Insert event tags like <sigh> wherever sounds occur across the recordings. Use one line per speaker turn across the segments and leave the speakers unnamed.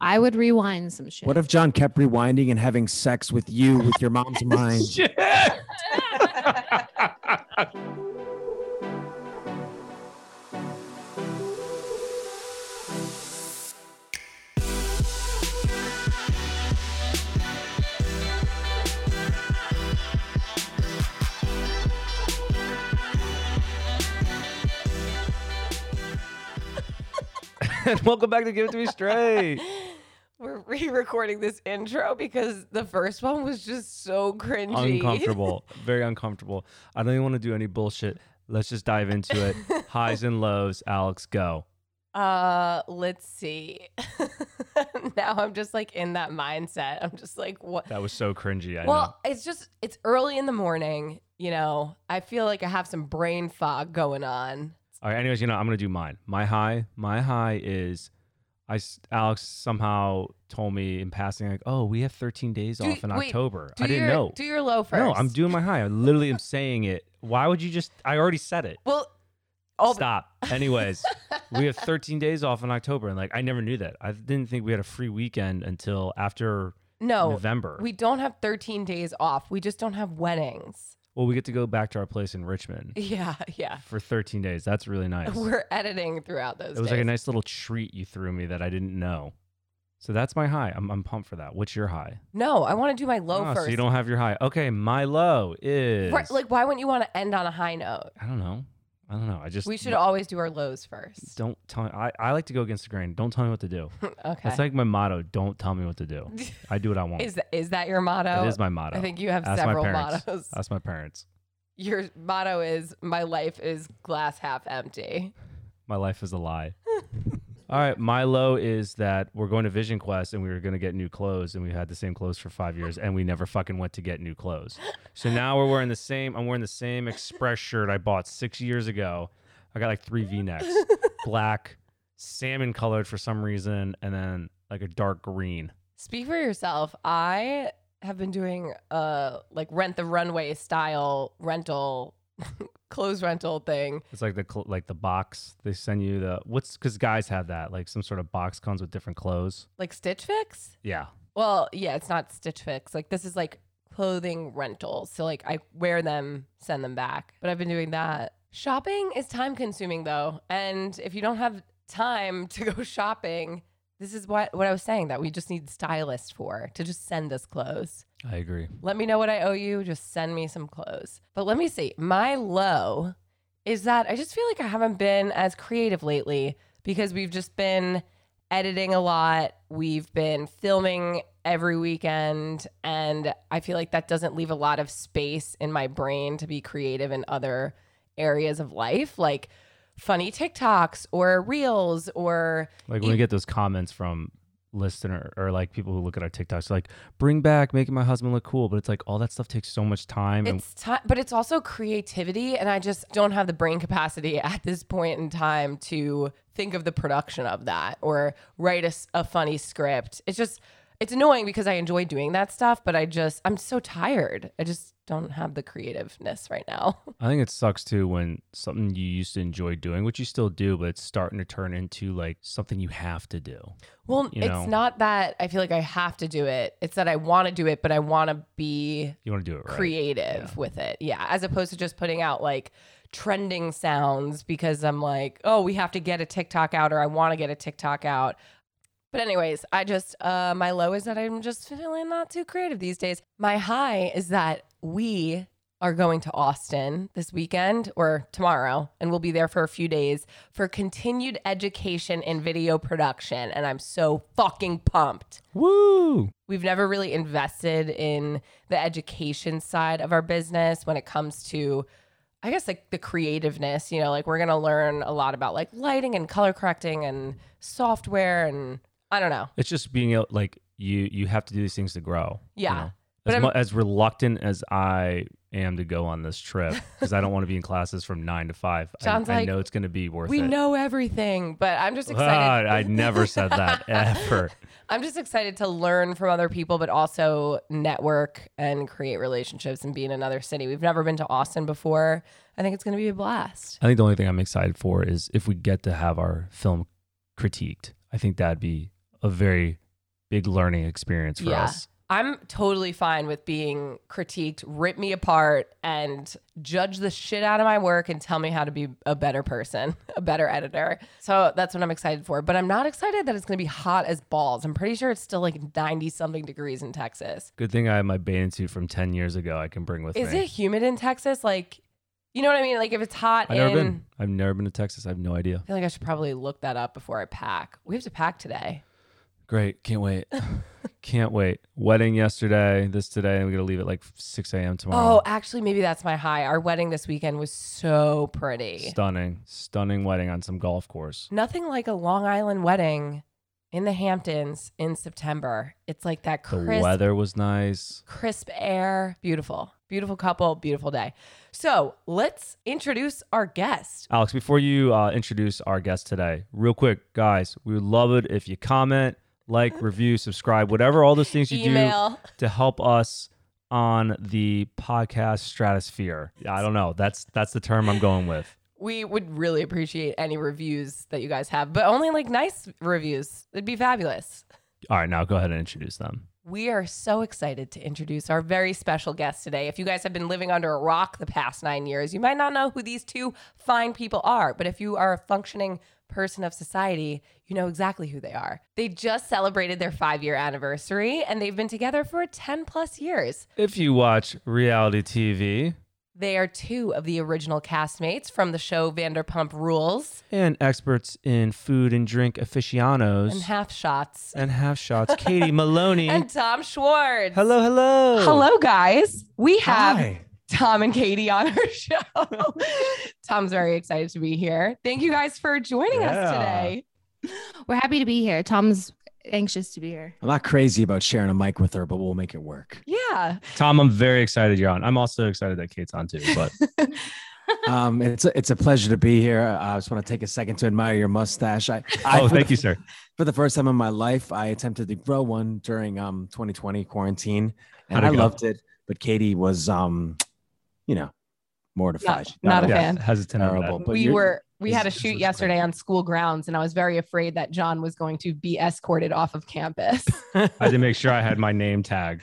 I would rewind some shit.
What if John kept rewinding and having sex with you with your
<laughs>
mom's mind?
Shit.
<laughs>
and welcome back to Give It To Me <laughs> Straight.
We're re-recording this intro because the first one was just so cringy.
uncomfortable.
<laughs>
Very uncomfortable. I don't even want to do any bullshit. Let's just dive into
<laughs>
it. Highs and lows. Alex, go.
Uh, let's see. <laughs> now I'm just like in that mindset. I'm just like, what?
That was so cringy. I
well, it's just it's early in the morning. You know, I feel like I have some brain fog going on.
know. All right. Anyways, you know, I'm gonna do mine. My high. My high is. I, s- Alex somehow told me in passing, like, oh, we have 13 days
Do-
off in
wait,
October.
Do
I didn't
your,
know.
Do your low first.
No, I'm doing my high. I literally am saying it. Why would you just? I already said it.
well. All the- <laughs>
Stop. Anyways, we have 13 days off in October, and like I never knew that. I didn't think we had a free weekend until after
no,
November.
Oh, we don't have 13 days off. We just don't have weddings.
well, we get to go back to our place in Richmond
<laughs> Yeah, yeah.
for 13 days. That's really nice. It
We're editing throughout those.
was like a
days.
nice little treat you threw me that I didn't know. So that's my high. I'm, I'm pumped for that. What's your high?
No, I want to do my low
Ah,
first.
So you don't have your high. Okay, my low is
Right, like, why wouldn't you want to end on a high note?
I don't know. I don't know. I just
We should always do our lows
<laughs>
first.
don't tell. I I like to go against the grain. Don't tell me what to
<laughs>
do.
Okay.
That's like my motto. Don't tell me what to do. I do what I want.
is that, is that your motto?
it is my motto.
I think you have
Ask my
several
parents. Uh,
mottos.
That's my parents.
Your motto is my life is glass half empty.
My life is a lie. All right, my low is that we're going to Vision Quest and we were going to get new clothes and we had the same clothes for five years and we never fucking went to get new clothes. So now we're wearing the same. I'm wearing the same Express shirt I bought six years ago. I got like three V necks, black, salmon colored for some reason, and then like a dark green.
Speak for yourself. I have been doing a like rent the runway style rental <laughs> clothes rental thing.
It's like the cl- like the box they send you the what's because guys have that like some sort of box comes with different clothes.
Like Stitch Fix?
Yeah,
Well, yeah, it's not Stitch Fix. Like this is like clothing rentals. So like I wear them, send them back. But I've been doing that. Shopping is time consuming though, and if you don't have time to go <laughs> shopping, this is what what I was saying that we just need stylists for to just send us clothes.
I agree.
Let me know what I owe you. Just send me some clothes. But let me see. My low is that I just feel like I haven't been as creative lately because we've just been editing a lot. We've been filming every weekend. And I feel like that doesn't leave a lot of space in my brain to be creative in other areas of life, like funny TikToks or reels or
Like when we
You-
get those comments from listener or like people who look at our TikToks, like bring back making my husband look cool, but it's like all that stuff takes so much time. And
It's time, but it's also creativity, and I just don't have the brain capacity <laughs> at this point in time to think of the production of that or write a, s- a funny script. It's just it's annoying because I enjoy doing that stuff, but I just I'm so tired. I just don't have the creativeness right now. <laughs>
I think it sucks too when something you used to enjoy doing, which you still do, but it's starting to turn into like something you have to do.
Well,
You
it's
know.
not that I feel like I have to do it. It's that I want to do it, but I want to be
You want to do it right.
creative
Yeah.
with it. Yeah. As opposed to just putting out like trending sounds because I'm like, oh, we have to get a TikTok out or I want to get a TikTok out. But, anyways, I just, uh, my low is that I'm just feeling not too creative these days. My high is that we are going to Austin this weekend or tomorrow, and we'll be there for a few days for continued education in video production. And I'm so fucking pumped
Woo!
we've never really invested in the education side of our business when it comes to i guess like the creativeness you know like we're going to learn a lot about like lighting and color correcting and software and i don't know
It's just being able, like you you have to do these things to grow. you
Yeah.
know?
But
As,
I'm-
mu- as reluctant as I am to go on this trip, because I don't want to be in classes from nine to five. I-
<laughs> Sounds
I,
like
know it's going to be worth
we
it.
know everything but i'm just
God,
excited
I never said
<laughs>
that ever.
i'm just excited to learn from other people but also network and create relationships and be in another city we've never been to austin before i think it's going to be a blast
I think the only thing I'm excited for is if we get to have our film critiqued. I think that'd be a very big learning experience for
Yeah.
us.
I'm totally fine with being critiqued, rip me apart, and judge the shit out of my work and tell me how to be a better person, <laughs> a better editor. So that's what I'm excited for. But I'm not excited that it's gonna be hot as balls. I'm pretty sure it's still like 90 something degrees in Texas.
Good thing I have my bathing suit from 10 years ago I can bring with
Is
me.
it humid in Texas? Like, you know what I mean? Like, if it's hot
I've never
in.
been. I've never been to Texas. I have no idea.
I feel like I should probably look that up before I pack. We have to pack today.
Great. Can't wait. <laughs> Can't wait. Wedding yesterday, this today, and we're going to leave at like 6 a.m. tomorrow.
Oh, actually, maybe that's my high. Our wedding this weekend was so pretty.
Stunning. Stunning wedding on some golf course.
Nothing like a Long Island wedding in the Hamptons in September. It's like that
The
crisp,
weather was nice.
crisp air. Beautiful, beautiful couple, beautiful day. So let's introduce our guest.
Alex, before you uh, introduce our guest today, real quick, guys, we would love it if you comment,
<laughs>
like, review, subscribe, whatever all those things you
Email.
do to help us on the podcast stratosphere. I don't know. That's that's the term I'm going with.
We would really appreciate any reviews that you guys have, but only like nice reviews. It'd be fabulous.
All right, now go ahead and introduce them.
We are so excited to introduce our very special guest today. If you guys have been living under a rock the past nine years, you might not know who these two fine people are, but if you are a functioning person of society, you know exactly who they are. They just celebrated their five year anniversary and they've been together for 10 plus years.
If you watch reality TV
They are two of the original castmates from the show Vanderpump Rules
and experts in food and drink aficionados
and Half Shots
and half
<laughs>
shots, Katie Maloney.
and Tom Schwartz.
hello, hello.
Hello, guys. We have.
Hi.
Tom and Katie on our <laughs> show. Tom's very excited to be here. Thank you guys for joining us
Yeah.
today.
We're happy to be here. Tom's anxious to be here.
I'm not crazy about sharing a mic with her, but we'll make it
<laughs>
work.
Yeah.
Tom, I'm very excited you're on. I'm also excited that Kate's on too,
<laughs>
but
Um, it's a, it's a pleasure to be here. I just want to take a second to admire your mustache. I, I
<laughs> oh, thank you, sir.
For the first time in my life, I attempted to grow one during um 2020 quarantine, and
How'd it
I
go?
loved it. But Katie was um, you know, mortified.
not a
Yeah.
fan.
hesitant on that.
Terrible. But
we
you're-
were we had a
this- this
shoot
was
yesterday on school grounds and I was very afraid that John was going to be escorted off
<laughs>
of campus.
I had to make sure I had my name tag.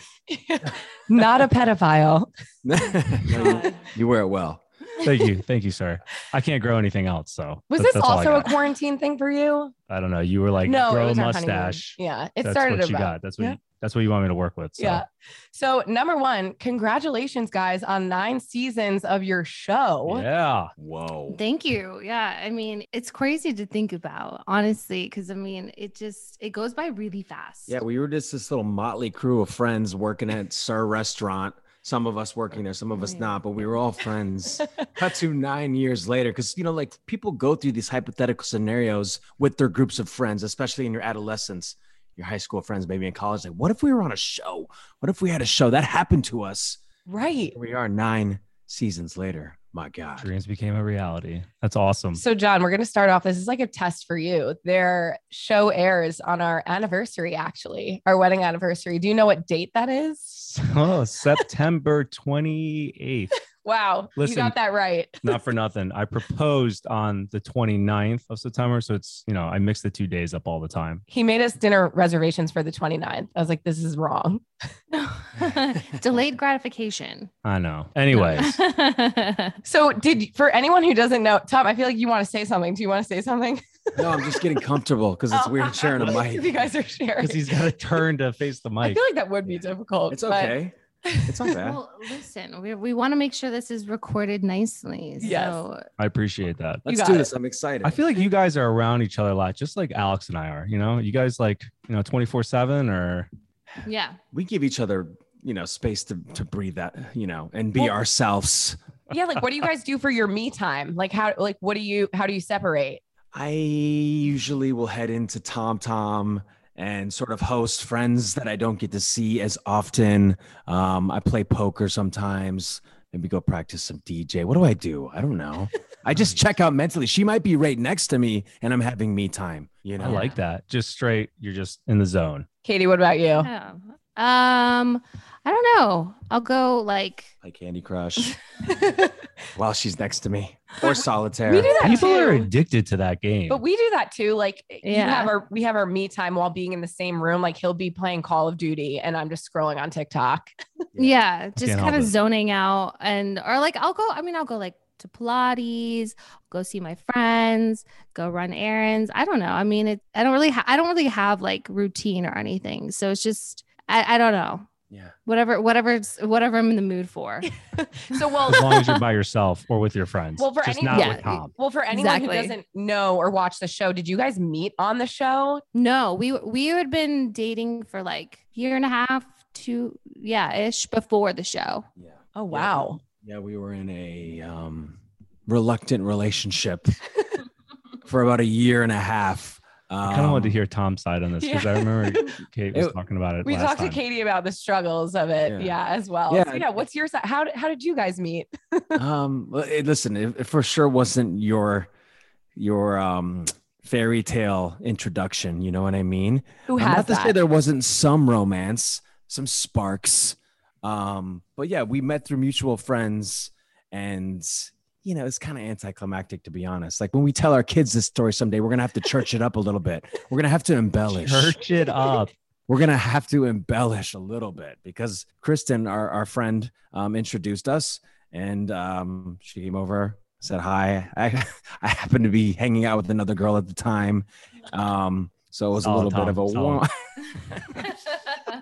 Not a pedophile.
No, you, <laughs> you wear it well.
Thank you, thank you, sir. I can't grow anything else, so
Was
that's-
this
that's all
also
I,
a
got.
quarantine thing for you?
I don't know. You were like
no, it
grow a
was our honeymoon.
mustache.
Yeah, it
that's
started
what you
about.
got. That's what
Yeah.
you, that's what you want me to work with. So.
Yeah. So number one, congratulations, guys, on nine seasons of your show.
Yeah.
Whoa.
<laughs> Thank you. Yeah. I mean, it's crazy to think about, honestly, because I mean, it just it goes by really fast.
Yeah, we were just this little motley crew of friends working at Sir Restaurant. Some of us working there, some of us
Yeah.
not, but we were all
<laughs>
friends. Cut to nine years later, because you know, like people go through these hypothetical scenarios with their groups of friends, especially in your adolescence, your high school friends, maybe in college. Like, what if we were on a show? What if we had a show that happened to us?
Right.
Here we are nine seasons later. My God.
<laughs>
Dreams became a reality. That's awesome.
So, John, we're going to start off. This is like a test for you. Their show airs on our anniversary, actually, our wedding anniversary. Do you know what date that
<laughs>
is? <laughs>
Oh, September 28th.
Wow.
Listen.
you got that right.
Not for nothing. I proposed on the 29th of September. So it's, you know, I mix the two days up all the time.
He made us dinner reservations for the 29th. I was like, this
<laughs>
is wrong.
Delayed gratification.
I know.
<laughs>
Anyways,
So, did for anyone who doesn't know, Tom, I feel like you want to say something. Do you want to say something?
<laughs> No, I'm just getting comfortable because
Oh.
it's weird sharing
<laughs>
a
'Cause you
mic.
guys are sharing.
because he's got to turn to face the
I
mic.
feel like that would be
Yeah.
difficult.
It's
<laughs> but-
okay. It's
<laughs>
not bad.
well, listen, we, we want to make sure this is recorded nicely.
Yes.
So
I appreciate that.
Let's
got
do
it.
this. I'm excited.
I feel like you guys are around each other a lot, just like Alex and I are. You know, you guys like, you know, 24 7 or
yeah.
we give each other you know space to to breathe that you know and be
Well-
ourselves
Yeah. Like, what do you guys do for your me time? Like, how, like, what do you, how do you separate?
i usually will head into tom tom and sort of host friends that i don't get to see as often um i play poker sometimes maybe go practice some dj what do i do i don't know i
<laughs>
just check out mentally she might be right next to me and i'm having me time you know
I like that. Just straight, you're just in the zone. <laughs>
Oh.
Katie, what about you?
Yeah. Um, I don't know. I'll go like
Play Candy Crush
but
while she's next to me or solitaire.
<laughs> We do that
People are
too.
addicted to that game.
we do that too. Like eh, you
Yeah.
have our we have our me time while being in the same room. Like he'll be playing Call of Duty and I'm just scrolling on TikTok.
yeah, just
can't help
kind of
it.
zoning out and or like I'll go I mean I'll go like to Pilates, go see my friends, go run errands. I don't know. I mean it I don't really ha- I don't really have like routine or anything. So it's just I, I don't know.
Yeah.
Whatever whatever's whatever I'm in the mood
<laughs>
for.
So well,
as long as
<laughs>
you're by yourself or with your friends.
Well, for
just
any-
not
Yeah.
with Tom.
well for anyone who
Exactly.
doesn't know or watch the show, did you guys meet on the show?
No, we we had been dating for like year and a half, two yeah, ish before the show.
<laughs>
Yeah.
Oh wow.
Yeah, we were in a um, reluctant relationship for about a year and a half.
I kind of wanted to
Um,
hear Tom's side on this because I
Yeah. <laughs>
remember Kate was
It-
talking about it.
We
last
talked
time.
to Katie about the struggles of it,
Yeah.
yeah, as well.
Yeah.
So, yeah, what's your side? How did- how did you guys meet?
um well, it- listen it, it for sure wasn't your your um fairy tale introduction you know what i mean
Who
i'm
has
not to
that?
say there wasn't some romance some sparks um but yeah we met through mutual friends and you know it's kind of anticlimactic to be honest like when we tell our kids this story someday we're gonna have to church it up a little bit we're gonna have to embellish
Church it up.
we're gonna have to embellish a little bit because Kristen, our, our friend, um, introduced us, and um, she came over, said hi. <laughs> I I happened to be hanging out with another girl at the time, um, so it was
Solid,
a little
Oh, Tom,
bit of a
solid.
warm.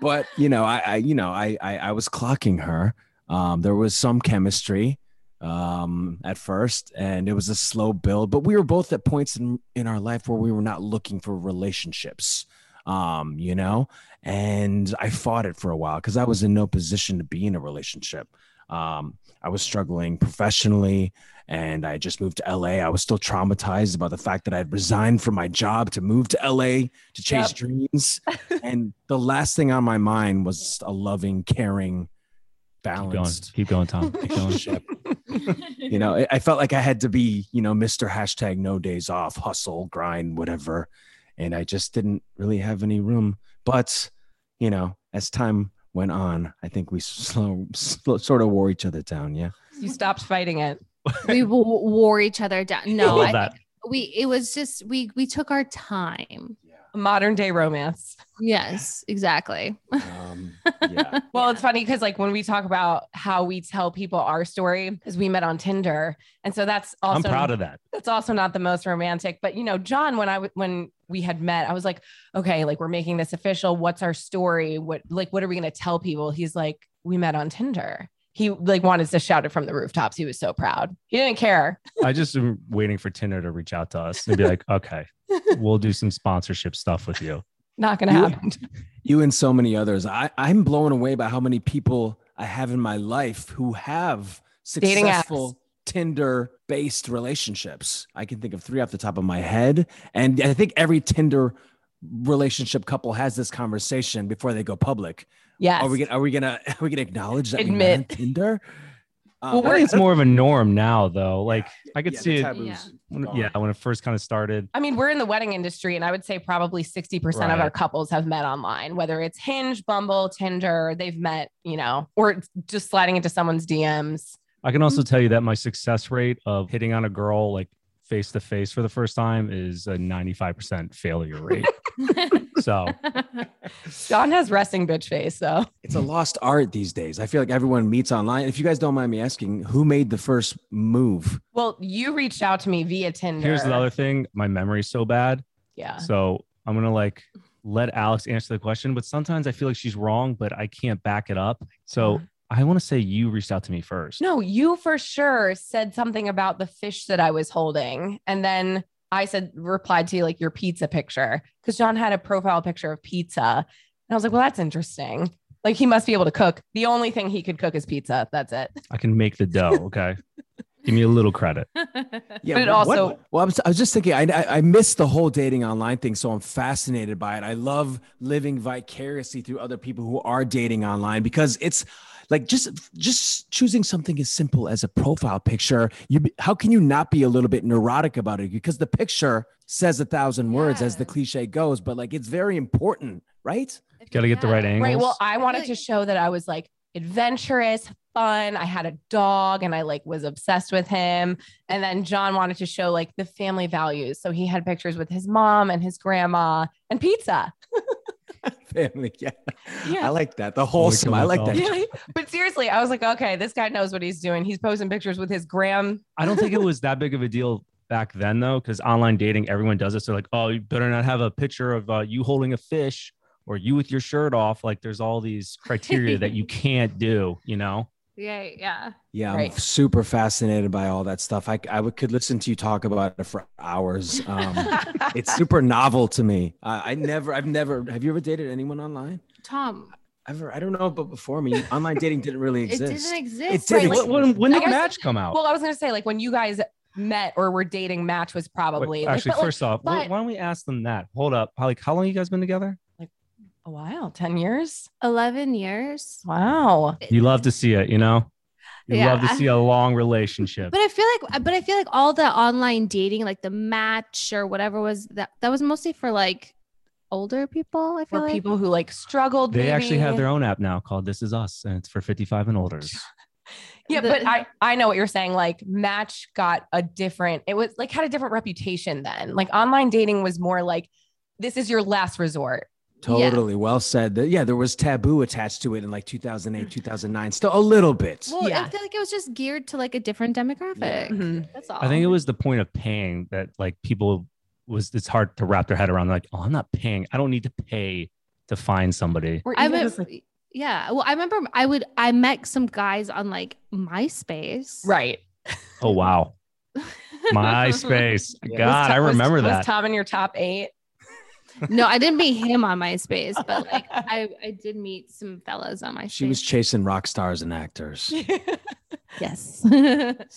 <laughs>
but you know, I, I you know I, I I was clocking her. Um, there was some chemistry um at first and it was a slow build but we were both at points in in our life where we were not looking for relationships um, you know, and I fought it for a while because I was in no position to be in a relationship. Um, I was struggling professionally and I just moved to LA. I was still traumatized about the fact that I'd resigned from my job to move to LA to chase
Yep.
dreams. and the last thing on my mind was a loving, caring,
Keep going.
balanced
Keep going,
<laughs>
Tom. Keep going.
relationship. you know, I- I felt like I had to be, you know, Mr. Hashtag no days off, hustle, grind, whatever. And I just didn't really have any room. But, you know, as time went on, I think we <laughs> slow, slow sort of wore each other down. Yeah.
you stopped fighting it.
we w- wore each other down. No,
Love
I
that.
we it was just we we took our time.
Modern day romance.
Yes, exactly.
Um, yeah.
Well, it's funny because like when we talk about how we tell people our story is we met on Tinder, and so that's also
I'm proud of that.
that's also not the most romantic. But you know, John, when I w- when we had met, I was like, okay, like we're making this official. What's our story? What like what are we gonna tell people? He's like, we met on Tinder. He like wanted to shout it from the rooftops. He was so proud. He didn't care.
I just am waiting for Tinder to reach out to us and be
<laughs>
like, okay, we'll do some sponsorship stuff with you.
Not gonna
You-
happen.
you and so many others. I, I'm blown away by how many people I have in my life who have
Dating apps.
successful Tinder based relationships. I can think of three off the top of my head. And I think every Tinder relationship couple has this conversation before they go public.
<laughs> Yes.
Are we gonna are we gonna are we gonna acknowledge that we met
Admit.
on Tinder? Um,
Well, I think it's more of a norm now, though. Like I could
yeah, the
see it.
taboos
Yeah.
When,
gone.
yeah, when it first kind of started.
I mean, we're in the wedding industry, and I would say probably 60%
Right.
of our couples have met online, whether it's Hinge, Bumble, Tinder, they've met, you know, or it's just sliding into someone's DMs.
I
Mm-hmm.
can also tell you that my success rate of hitting on a girl like face to face for the first time is a 95% failure
<laughs>
rate. so
John has resting bitch face, so
It's a lost art these days. I feel like everyone meets online. If you guys don't mind me asking, who made the first move?
well, you reached out to me via Tinder.
here's the other thing my memory's so bad.
Uh.
Yeah.
So I'm gonna like let Alex answer the question, but sometimes I feel like she's wrong, but I can't back it up. So
Uh-huh.
I want to say you reached out to me first.
No, you for sure said something about the fish that I was holding. And then I said, replied to you like your pizza picture because John had a profile picture of pizza. And I was like, well, that's interesting. Like he must be able to cook. The only thing he could cook is pizza. That's it.
I can make the dough.
<laughs>
Okay, give me a little credit.
Yeah,
But
wh- what-
it also-
well, I was, I was just thinking, I, I I missed the whole dating online thing, so I'm fascinated by it. I love living vicariously through other people who are dating online because it's like just just choosing something as simple as a profile picture. You be- how can you not be a little bit neurotic about it? Because the picture says a thousand words, as the
Yes.
cliche goes, but like it's very important, right? <laughs>
Got to get the right angle.
Right. Well, I
feel
wanted
like-
to show that I was like adventurous, fun. I had a dog and I like was obsessed with him. And then John wanted to show like the family values. So he had pictures with his mom and his grandma and pizza.
Family. Yeah.
Yeah.
I like that. The wholesome. I like
<laughs>
that.
that's
Yeah. But seriously, I was like, okay, this guy knows what he's doing. He's posting pictures with his gram.
I don't think it was that big of a deal back then though, because online dating, everyone does this. They're like, oh, you better not have a picture of uh, you holding a fish or you with your shirt off. Like, there's all these criteria that you can't do. You know,
Yeah,
<laughs>
yeah.
Yeah, I'm
Right.
super fascinated by all that stuff. I, I would, could listen to you talk about it for hours. Um,
<laughs>
it's super novel to me. I, I never, I've never, have you ever dated anyone online?
Tom,
Ever? I don't know, but before me, online dating didn't really
it
exist.
didn't exist.
It didn't
Right.
exist.
when, when, when did
I guess-
Match come out?
well, I was going to say, like, when you guys met or were dating, Match was probably
Wait,
like,
actually,
but, like,
first off, wh-
but-
why don't we ask them that? Hold up, like, how long you guys been together?
a while, 10 years.
11 years.
Wow.
You love to see it, you know. You
Yeah.
love to see a long relationship.
<laughs>
But I feel like, but I feel like all the online dating, like the match or whatever was that, that was mostly for like older people. I feel
For
like
people who like struggled.
they actually
maybe.
have their own app now called This Is Us, and it's for 55 and older.
Yeah,
The-
but I I know what you're saying. Like Match got a different. It was like had a different reputation then. Like online dating was more like this is your last resort.
Yeah.
Totally. Well said. The- Yeah, there was taboo attached to it in like 2008, 2009. Still a little bit.
Mm. Well,
Yeah.
I feel like it was just geared to like a different demographic.
Mhm.
That's all.
I think it was the point of paying that like people was it's hard to wrap their head around. Like, oh, I'm not paying. I don't need to pay to find somebody.
Or
I
even
mem-
just, like-
yeah. Well, I remember I would I met some guys on like MySpace. <laughs>
right.
Oh wow,
<laughs>
MySpace.
Yeah.
God, I
Was-
remember
was,
that.
Was Tom in your top
<laughs>
eight?
no, I didn't meet him on MySpace, but <laughs> like I, I did meet some fellas on MySpace.
She was chasing rock stars and actors.
<laughs> yes, <laughs>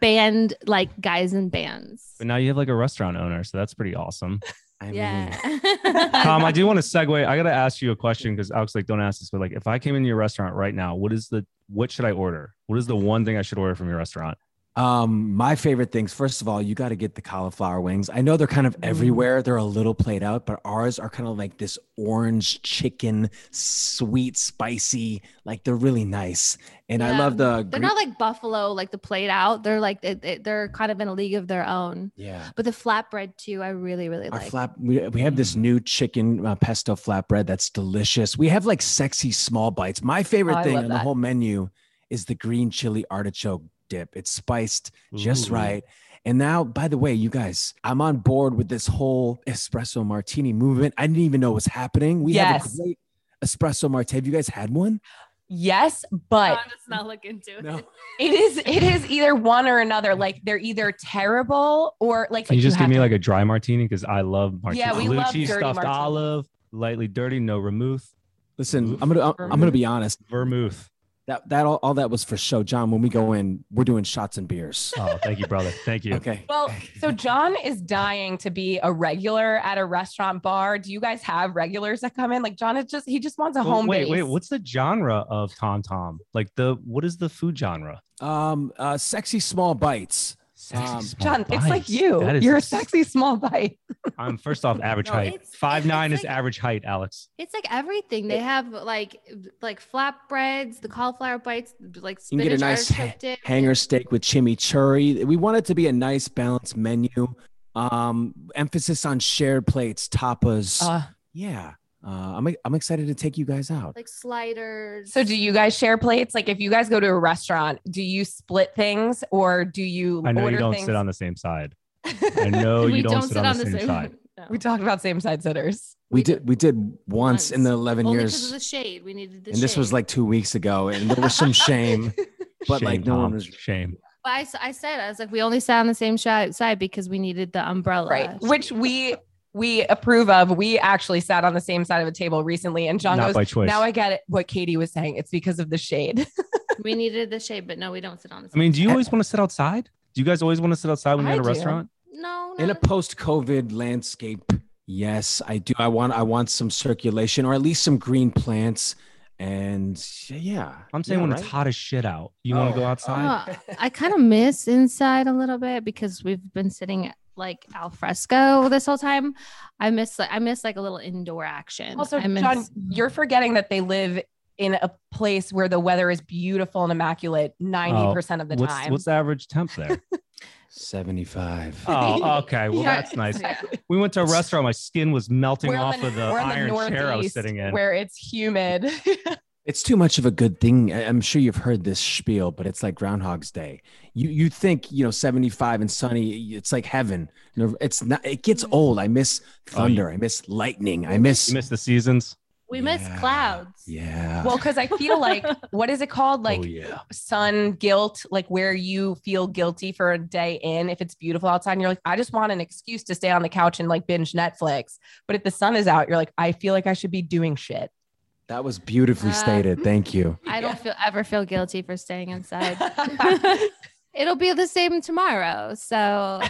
band like guys in bands.
but now you have like a restaurant owner, so that's pretty
<laughs>
awesome.
I
Yeah. <laughs>
Tom, I do want to segue. I gotta ask you a question because Alex, like, don't ask this, but like, if I came into your restaurant right now, what is the what should I order? What is the one thing I should order from your restaurant?
Um, my favorite things. First of all, you got to get the cauliflower wings. I know they're kind of everywhere. They're a little played out, but ours are kind of like this orange chicken, sweet, spicy. Like they're really nice, and I
Yeah.
love the.
they're
Greek-
not like Buffalo, like the played out. They're like they- they- they're kind of in a league of their own.
yeah.
But the flatbread too, I really really
Our
like.
flap, we, we have this new chicken uh, pesto flatbread that's delicious. We have like sexy small bites. My favorite
Oh, I
thing
love
on the
that.
whole menu is the green chili artichoke dip. It's spiced just
Ooh.
right. And now, by the way, you guys, I'm on board with this whole espresso martini movement. I didn't even know was happening. We have
Yes.
a great espresso martini. Have you guys had one?
<laughs> Yes, but
does Oh, not look into
No.
it is it is either one or another. Like they're either terrible or like.
Can you just give
have
me
to-
like a dry martini because I love martini.
Yeah, we
Blue
love
cheese
dirty
stuffed
martini.
olive, lightly dirty, no vermouth,
Listen,
Oof.
I'm gonna I'm gonna be honest.
vermouth.
That that all, all that was for show, John. When we go in, we're doing shots and beers.
Oh, thank you, brother. Thank you.
Okay.
Well, so John is dying to be a regular at a restaurant bar. Do you guys have regulars that come in? Like John is just he just wants a
Well,
home
wait,
base.
wait. What's the genre of Tom Tom? Like the what is the food genre?
Um, uh, sexy small bites.
Sexy
Um,
small
John, it's like
bites.
you.
That is
You're a
s-
sexy small bite.
I'm first off average
No,
height.
it's-
Five nine
it's
is
like-
average height, Alex.
It's like everything. They have like like flatbreads, the cauliflower bites, like
You can
spinach
get a nice ha-
artichoke dip.
hanger steak with chimichurri. We want it to be a nice balanced menu. Um, emphasis on shared plates, tapas.
Uh.
yeah. Uh, I'm I'm excited to take you guys out.
like sliders.
so do you guys share plates? Like if you guys go to a restaurant, do you split things or do you
I know
order
you don't
things?
sit
<laughs>
on the same side. I know you
we
don't, sit, on the
<laughs>
same, side.
No.
we talked about same side sitters.
We
We did-
did we did once, in the 11
Only because
years,
of the shade. We needed the
and this was
shade.
like two weeks ago, and there
<laughs>
was some shame. But, like, no
Tom.
one was-
shame.
But I, s- I said I was like we only sat on the same shi- side because we needed the umbrella.
Right. Which we we approve of. We actually sat on the same side of a table recently and John
Not
goes,
by choice.
Now I get it what Katie was saying. It's because of the shade.
<laughs> we needed the shade, but no, we don't sit on the.
I
Same.
mean, do you always want to sit outside? Do you guys always want to sit outside when you're
I
at a
do.
restaurant?
no,
in a
no.
post-COVID landscape, yes, I do. I want I want some circulation or at least some green plants, and yeah.
I'm saying
Yeah,
when it's
right?
hot as shit out, you want
Oh.
to go outside.
Uh, <laughs> I kind of miss inside a little bit because we've been sitting like al fresco this whole time. I miss like I miss like a little indoor action.
Also,
I miss, <laughs>
John, you're forgetting that they live in a place where the weather is beautiful and immaculate 90% of oh, the
Oh, what's,
time.
What's the average temp there?
75.
oh, okay. Well,
Yeah.
that's nice.
Yeah.
We went to a restaurant. My skin was melting
We're in
off of the
we're in
iron chair I was
Northeast
sitting in.
Where it's humid. <laughs>
It's too much of a good thing. I- I'm sure you've heard this spiel, but it's like Groundhog's Day. You you think you know 75 and sunny, it's like heaven. No, It's not. It
Mm.
gets old. I
Oh,
miss thunder. I miss lightning. I miss.
you missed the seasons.
We miss
Yeah.
clouds.
Yeah.
well, because I feel like, what is it called? Like
oh yeah.
sun guilt, like where you feel guilty for a day in if it's beautiful outside and you're like, I just want an excuse to stay on the couch and like binge Netflix. But if the sun is out, you're like, I feel like I should be
<laughs>
doing shit.
That was beautifully
Uh,
stated. Thank you.
I don't feel ever feel guilty for staying
<laughs>
inside. <laughs>
That's
It'll be the same tomorrow. So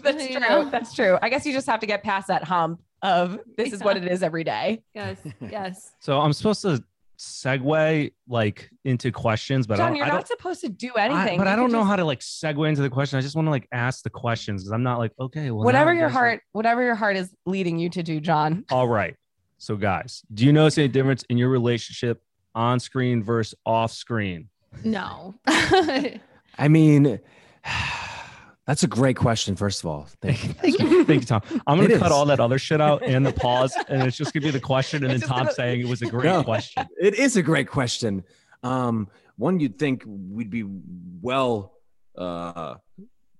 true.
You know?
That's true. I guess you just have to get past that hump of this is what it is every day.
<laughs>
yes, yes.
So I'm supposed to segue like into questions, but I
John,
don't,
you're
I
not
don't
supposed to do
I-
anything.
but
You
I don't
could
know
just-
how to like segue into the question. I just want to like ask the questions because I'm not like okay, well, now
whatever
you
your
guys are-
heart, whatever your heart is leading you to do, John.
All right. So guys, do you notice any difference in your relationship on screen versus off screen?
<laughs>
No. <laughs>
I mean, <sighs> that's a great question. First of all,
<laughs>
thank you.
Thank you, thank you, Tom. I'm gonna
It
cut
is.
all that other shit out and the pause, and it's just gonna be the question, and then
It's just
Tom
gonna-
saying it was a great
No.
question.
it is a great question. Um, one you'd think we'd be well uh,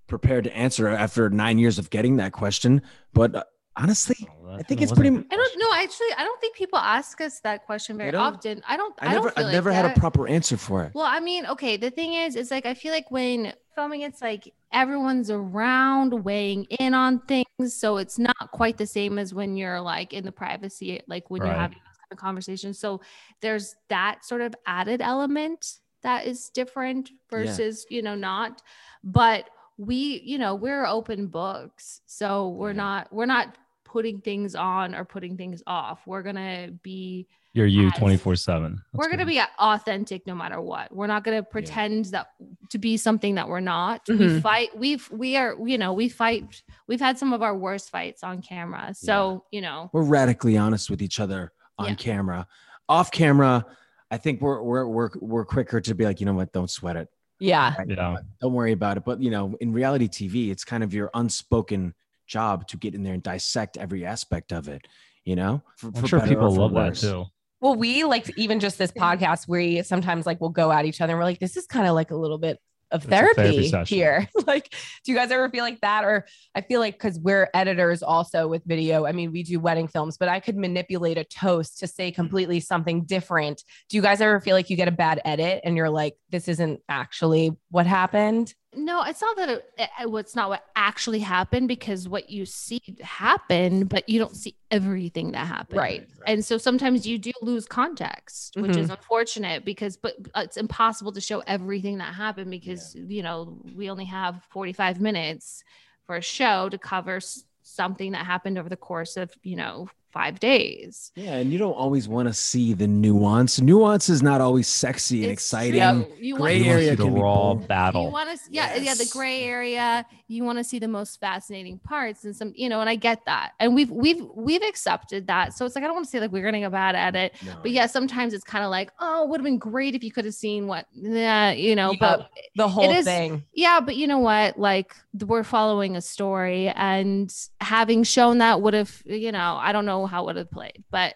prepared to answer after nine years of getting that question, but uh, honestly,
Oh, Well, that
I think
kinda
it's pretty-
wasn't a
I don't know. Actually, I don't think people ask us that question very
don't?
often. I don't. I,
I
don't
never,
feel
I've
like
never had
that.
a proper answer for it.
Well, I mean, okay, the thing is, it's like I feel like when filming, it's like everyone's around weighing in on things. So it's not quite the same as when you're like in the privacy, like when
Right.
you're having those kind of conversations. So there's that sort of added element that is different versus, you know, not. But we, you know, we're open books. So we're
Yeah.
not, we're not putting things on or putting things off. We're going to be
You're you
Yes.
24 seven.
we're going to be authentic no matter what. We're not going to pretend that to be something that we're not. We
Mhm.
fight. We've, we are, you know, we fight. We've had some of our worst fights on camera. So, you know,
We're radically honest with each other on
Yeah.
camera. Off camera, I think we're, we're we're we're quicker to be like, you know what? Don't sweat it.
Yeah.
Right?
Yeah.
Don't worry about it. But you know, in reality TV, it's kind of your unspoken job to get in there and dissect every aspect of it. You know, for,
I'm
for
sure
better or
people
for
love that
worse.
too.
Well, we like even just this podcast, we sometimes like we'll go at each other and we're like, this is kind of like a little bit of
It's a therapy
therapy,
session.
here. <laughs> like, do you guys ever feel like that? Or I feel like because we're editors also with video. I mean, we do wedding films, but I could manipulate a toast to say completely something different. Do you guys ever feel like you get a bad edit and you're like, this isn't actually what happened?
no, it's not that it, it, it's not what actually happened because what you see happen, but you don't see everything that happened.
Right. Mm-hmm.
And so sometimes you do lose context, which is unfortunate because, but uh, it's impossible to show everything that happened because, you know, we only have 45 minutes for a show to cover s- something that happened over the course of, you know, five days.
Yeah, and you don't always want to see the nuance. Nuance is not always sexy and
It's
exciting.
true. You
Gray
want,
area
see the
can be
raw
bold.
You
battle.
want to, yeah, yeah, the
Yes.
gray area. You want to see the most fascinating parts, and some, you know, and I get that, and we've we've we've accepted that. So it's like I don't want to say like we're gonna go bad at it,
No.
But yeah, sometimes it's kind of like, oh, would have been great if you could have seen what, nah, you know.
Yeah.
But
The whole
is-
thing.
yeah, but you know what? Like th- we're following a story, and having shown that would have, you know, I don't know how would have played, but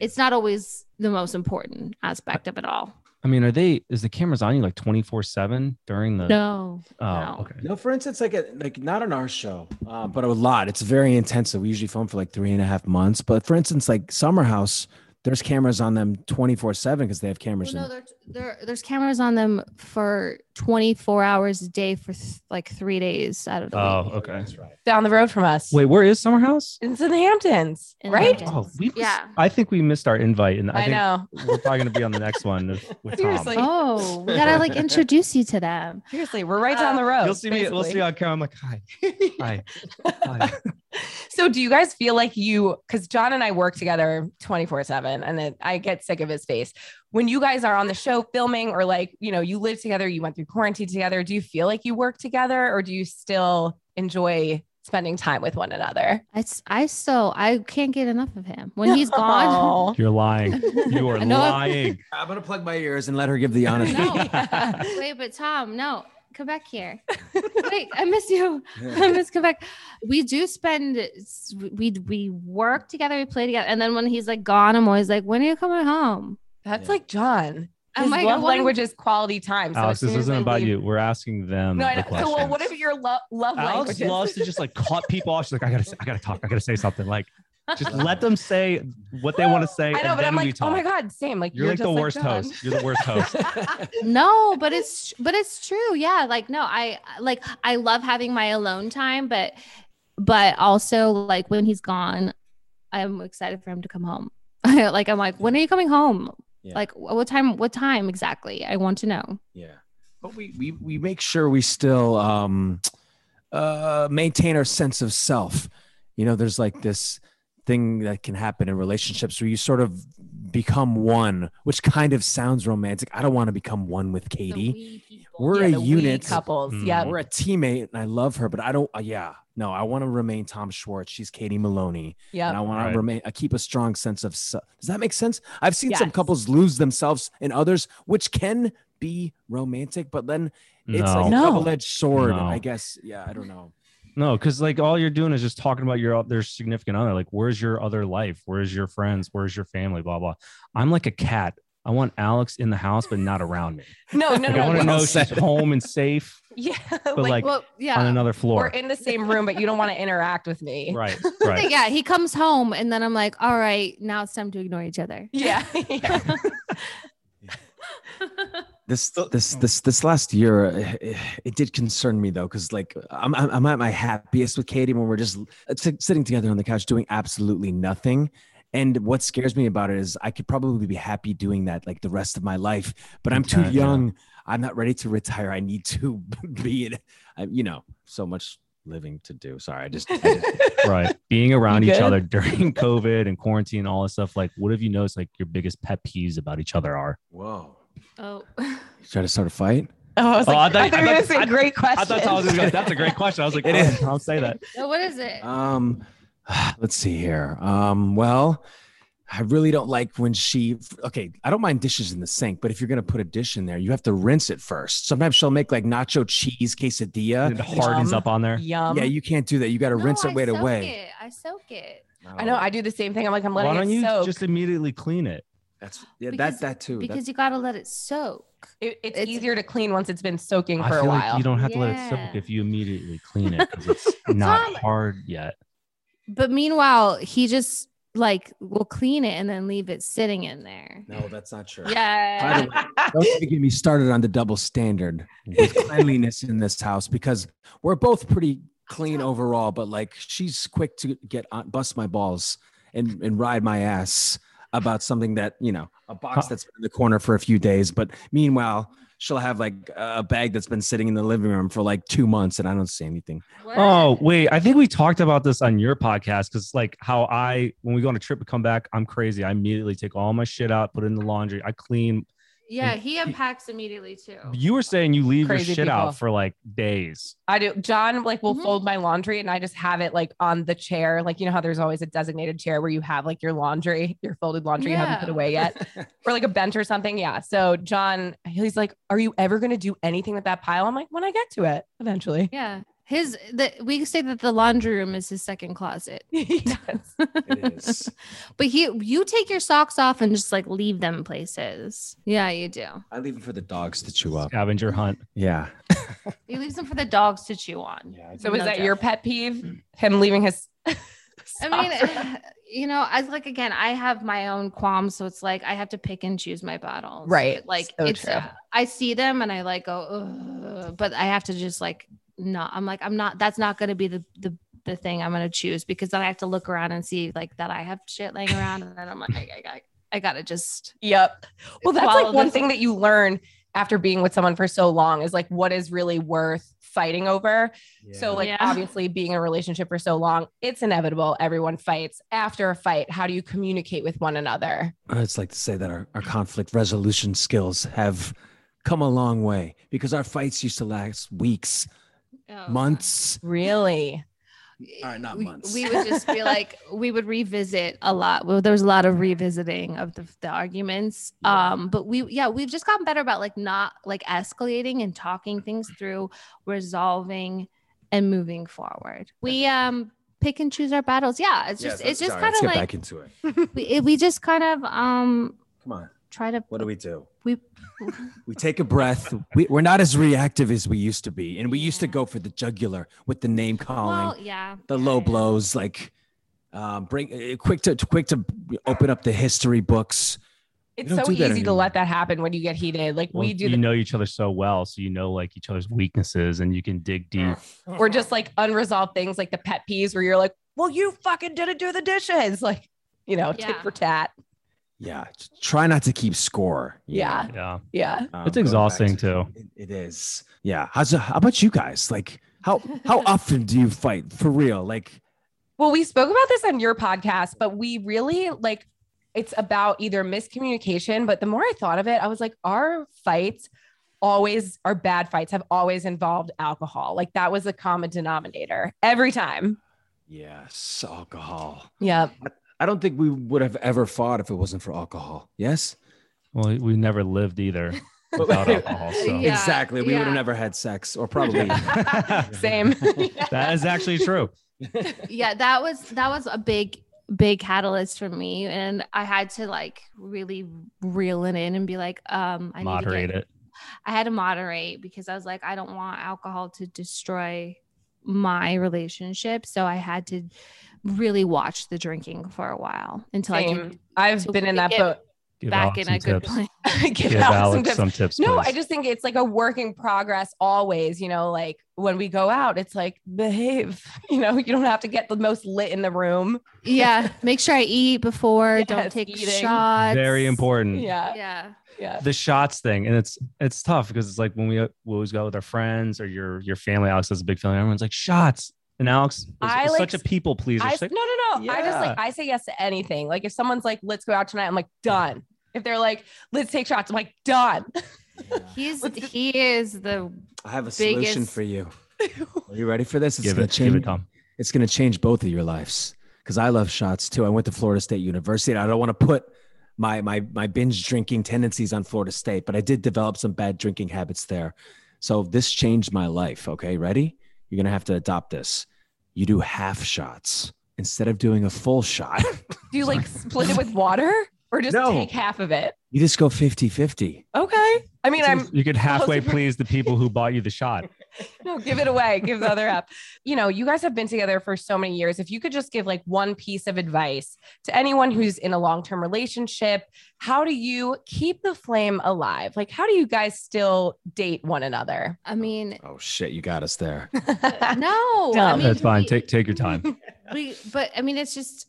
it's not always the most important aspect of it all.
I mean, are they? Is the cameras on you like 24 seven during the?
No,
Oh,
no.
okay.
No, for instance, like a, like not on our show, uh, but a lot. It's very intensive. We usually film for like three and a half months. But for instance, like Summer House, there's cameras on them twenty four seven because they have cameras.
Well, no,
in.
there, there, there's cameras on them for 24 hours a day for th- like three days out of the
Oh,
week.
okay.
Down the road from us.
Wait, where is Summer House?
It's in the Hamptons,
In the
right?
Hamptons.
Oh, we missed-
Yeah.
I think we missed our invite, and I,
I
think
know.
we're probably gonna be on the next
<laughs>
one with with
Seriously.
Tom.
Oh, we gotta like introduce you to them.
Seriously, we're right
Uh,
down the
Oh,
road.
You'll see me. We'll
basically.
see on camera. I'm like, hi, hi,
<laughs>
<laughs>
hi.
So do you guys feel like you cuz John and I work together 24/7 and it, I get sick of his face. When you guys are on the show filming or like, you know, you live together, you went through quarantine together, do you feel like you work together or do you still enjoy spending time with one another.
I, s- I still I can't get enough of him. When he's gone,
<laughs>
Aw.
You're lying. You are
I know. <laughs>
lying.
I'm gonna plug my ears and let her give the honest.
No.
<laughs> Yeah.
<laughs> wait, but Tom, no, come back here. wait, I miss you. <laughs> I
<laughs>
miss Quebec. We do spend we we work together, we play together, and then when he's like gone, I'm always like, when are you coming home?
That's
Yeah.
like John.
I'm
His
like, I
love
wanna-
language is quality time. So
Alex,
as
this
soon as
isn't
I
about
leave-
you. We're asking them.
No,
the
I know. So, well,
questions.
what if your lo- <laughs> love
Alex
language is?
loves to just like cut people off. She's like, I gotta, I gotta talk. I gotta say something. Like, just let them say what they want to say.
<laughs> I
and
know, but
then
I'm
we
like,
talk.
oh my god, Sam, like
You're, like
just
the worst
John.
host. You're the worst
<laughs>
host.
No, but it's but it's true. Yeah, like no, I like I love having my alone time, but but also like when he's gone, I'm excited for him to come home. <laughs> like I'm like, when are you coming home?
Yeah.
Like wh- what time? What time exactly? I want to know.
<laughs> Yeah. But we, we, we make sure we still um, uh, maintain our sense of self. You know, there's like this thing that can happen in relationships where you sort of become one, which kind of sounds romantic. I don't want to become one with Katie. We're
Yeah,
a
the we
unit.
couples.
Mm.
Yeah.
We're a teammate and I love her, but I don't, uh, yeah. No, I want to remain Tom Schwartz. She's Katie Maloney. and I
Yeah.
want
Right.
to remain. I keep a strong sense of. se- Does that make sense? I've seen some
Yes.
couples lose themselves in others, which can be romantic, but then it's like a
No.
double-edged sword.
No.
I guess. Yeah, I don't know.
No, because like all you're doing is just talking about your their significant other. Like, where's your other life? Where's your friends? Where's your family? Blah blah. I'm like a cat. I want Alex in the house, but not around me.
<laughs> No, <laughs> no,
Like,
no.
I want to
Well
no.
know
said.
she's home and safe
<laughs> Yeah.
like,
Well, yeah.
on another
we're
floor.
in the same room, but you don't want to interact with me.
<laughs>
<laughs>
Right,
Yeah,
right.
Yeah, he comes home and then I'm like, all right, now it's time to ignore each other.
Yeah. <laughs> yeah.
This
Oh.
this this this last year, <sighs> eh, eh, it did concern me though, because like I'm I'm I'm at my happiest with Katie when we're just uh, sit- sitting together on the couch doing absolutely nothing. And what scares me about it is I could probably be happy doing that like the rest of my life, but I'm too
Okay, yeah.
young. I'm not ready to retire. I need to <laughs> be in, I, you know, so much living to do. Sorry, I just, I just
right. Being around each
good?
other during <laughs> COVID and quarantine, all this stuff. Like, what have you noticed? Like, your biggest pet peeves about each other are?
<laughs> whoa.
Oh. <laughs>
You try to start a fight?
Oh, I
<laughs>
was
Oh, I
like,
thought-
I thought you
I
were going to
thought-
say
I-
great question.
I thought Tom was gonna go, that's a great question. I was like,
It
it
is.
is. Tom, say that.
No, what is it?
Um, <sighs> let's see here. Um, well, I really don't like when she. Okay, I don't mind dishes in the sink, but if you're gonna put a dish in there, you have to rinse it first. Sometimes she'll make like nacho cheese quesadilla.
It hardens up on there.
Yum.
yeah, you can't do that. You got to
Um, No,
rinse
I
it, wait
soak
away.
It. I soak it.
I know. I do the same thing. I'm like, I'm letting
Why don't
it
you
soak.
just immediately clean it?
That's yeah.
Because-
that that too. That-
Because you gotta let it soak.
It- it's,
it's-
easier to clean once it's been soaking
I
for a
feel like
while.
you don't have to let it soak
Yeah.
if you immediately clean it because
<laughs>
it's not
Tom-
hard yet.
But meanwhile, he just like will clean it and then leave it sitting in there.
no, that's not true. By
Yeah.
<laughs>
the way, don't even get me started on the double standard with cleanliness in this house because we're both pretty clean overall, but like she's quick to get on, bust my balls and, and ride my ass about something that, you know, a box that's been in the corner for a few days. But meanwhile, she'll have like a bag that's been sitting in the living room for like two months and I don't see anything.
What?
Oh, wait. I think we talked about this on your podcast because, like, how I, when we go on a trip and come back, I'm crazy. I immediately take all my shit out, put it in the laundry. I clean.
Yeah, he unpacks immediately too.
You were saying you leave your
Oh, Crazy
shit
people.
out for like days.
I do. John like will
Mhm.
fold my laundry and I just have it like on the chair. Like, you know how there's always a designated chair where you have like your laundry, your folded laundry you haven't put
Yeah.
away yet, or like a bench or something. Yeah. So John, he's like, Are you ever gonna do anything with that pile? I'm like, when I get to it eventually. <laughs>
Yeah. His the we say that the laundry room is his second <laughs> closet.
Yes.
<laughs> It is.
But he you take your socks off and just like leave them places. Yeah, you do.
I leave them for the dogs to chew up.
Scavenger hunt.
Yeah.
He leaves them for the dogs to chew on.
Yeah.
So was
No
that
doubt.
your pet peeve? Him leaving his
<laughs>
<laughs>
I mean, <laughs> you know, as like again, I have my own qualms, so it's like I have to pick and choose my battles.
Right.
But, like
So
it's,
true.
I see them and I like go, Ugh, but I have to just like not. I'm like, I'm not. That's not going to be the the the thing I'm going to choose because then I have to look around and see like that I have shit laying around, and then I'm like, I, I, I, I gotta just.
Yep. Well, that's
Swallow
like one
this
thing that you learn after being with someone for so long is like what is really worth fighting over. So like
Yeah.
obviously being in a relationship for so long, it's inevitable. Everyone fights. After a fight, how do you communicate with one another?
I just like to say that our, our conflict resolution skills have come a long way because our fights used to last weeks,
oh,
months.
Really?
All right, not
we-
months.
We, would just be
<laughs>
like, we would revisit a lot. Well, there was a lot of revisiting of the, the arguments.
Yeah.
Um, but we, yeah, we've just gotten better about like not like escalating and talking things through, resolving and moving forward. We um pick and choose our battles. Yeah, it's
Yeah,
just
so-
it's just
sorry,
kind
let's
of
get
like
back into it.
we, it- we just kind of um
Come on.
try to
What do we do?
We-
we take a breath. We, we're not as reactive as we used to be, and we used to
Yeah.
go for the jugular with the name calling,
well yeah
the low
yeah.
blows, like um, bring uh, quick to quick to open up the history books.
It's
don't
so
do
easy
that
to
anymore.
let that happen when you get heated. Like we do
you
the
know each other so well, so you know like each other's weaknesses, and you can dig deep.
or just like unresolved things like the pet peeves where you're like, well, you fucking didn't do the dishes. <laughs> Like, you know, tit
Yeah.
for tat.
Yeah, t- try not to keep score. you
Yeah.
know,
Yeah,
Yeah.
um,
It's
going
exhausting,
back to-
too.
It, it is. Yeah. How's how about you guys? Like how
<laughs>
how often do you fight for real? Like
Well, we spoke about this on your podcast, but we really like it's about either miscommunication. But the more I thought of it, I was like, our fights always, our bad fights have always involved alcohol. Like that was a common denominator every time.
yes, alcohol.
Yeah.
I don't think we would have ever fought if it wasn't for alcohol. Yes.
well, we never lived
<laughs>
either without alcohol. So.
Yeah,
exactly. We would
yeah.
have never had sex or
<laughs>
probably <laughs>
Same. <laughs>
That is actually true.
yeah that was that was a big big catalyst for me and i had to like really reel it in and be like um i need
Moderate
to
it.
get, i had to moderate because i was like i don't want alcohol to destroy my relationship so i had to really watch the drinking for a while until i could
Same. I've
So
been in
we
that
get
boat. <laughs>
Give
back in
Alex some
a good
tips.
place
Give
Give
Alex
Alex
some tips.
some tips.
No, I
please.
just think it's like a work in progress always. You know, like when we go out, it's like behave. <laughs> You know, you don't have to get the most lit in the room.
yeah make sure i eat before don't
<laughs> Yes,
take
eating.
shots
very important.
uh, Yeah,
yeah
yeah,
the shots thing and it's it's tough because it's like when we, we always go out with our friends or your your family alex has a big family everyone's like shots and alex is,
I
is
like
such a
s-
people pleaser
I
She's
s- no
like,
no no. I just
Yeah.
like I say yes to anything. Like if someone's like, "Let's go out tonight," I'm like, "Done." If they're like, "Let's take shots," I'm like, "Done." <laughs>
he's he is the
I have a solution
Biggest-
for you. Are you ready for this? It's
give
gonna
it
change.
give it tom
It's gonna change both of your lives. Cause I love shots too. I went to Florida State University. And I don't want to put my my my binge drinking tendencies on Florida State, but I did develop some bad drinking habits there. So this changed my life. Okay, ready? You're gonna have to adopt this. You do half shots instead of doing a full shot. <laughs>
Do you like split it with water or just
No.
take half of it?
You just go 50-50.
Okay. I mean, I'm
you
<laughs>
could halfway
Those are-
please the people who bought you the shot
No, give it away. Give the other up. <laughs> You know, you guys have been together for so many years. If you could just give like one piece of advice to anyone who's in a long term relationship, how do you keep the flame alive? Like, how do you guys still date one another?
i
<laughs>
mean
Oh shit, you got us <laughs> there.
no <laughs> I
Dumb.
mean,
that's fine
we-
take take
<laughs>
your time
we but i mean it's just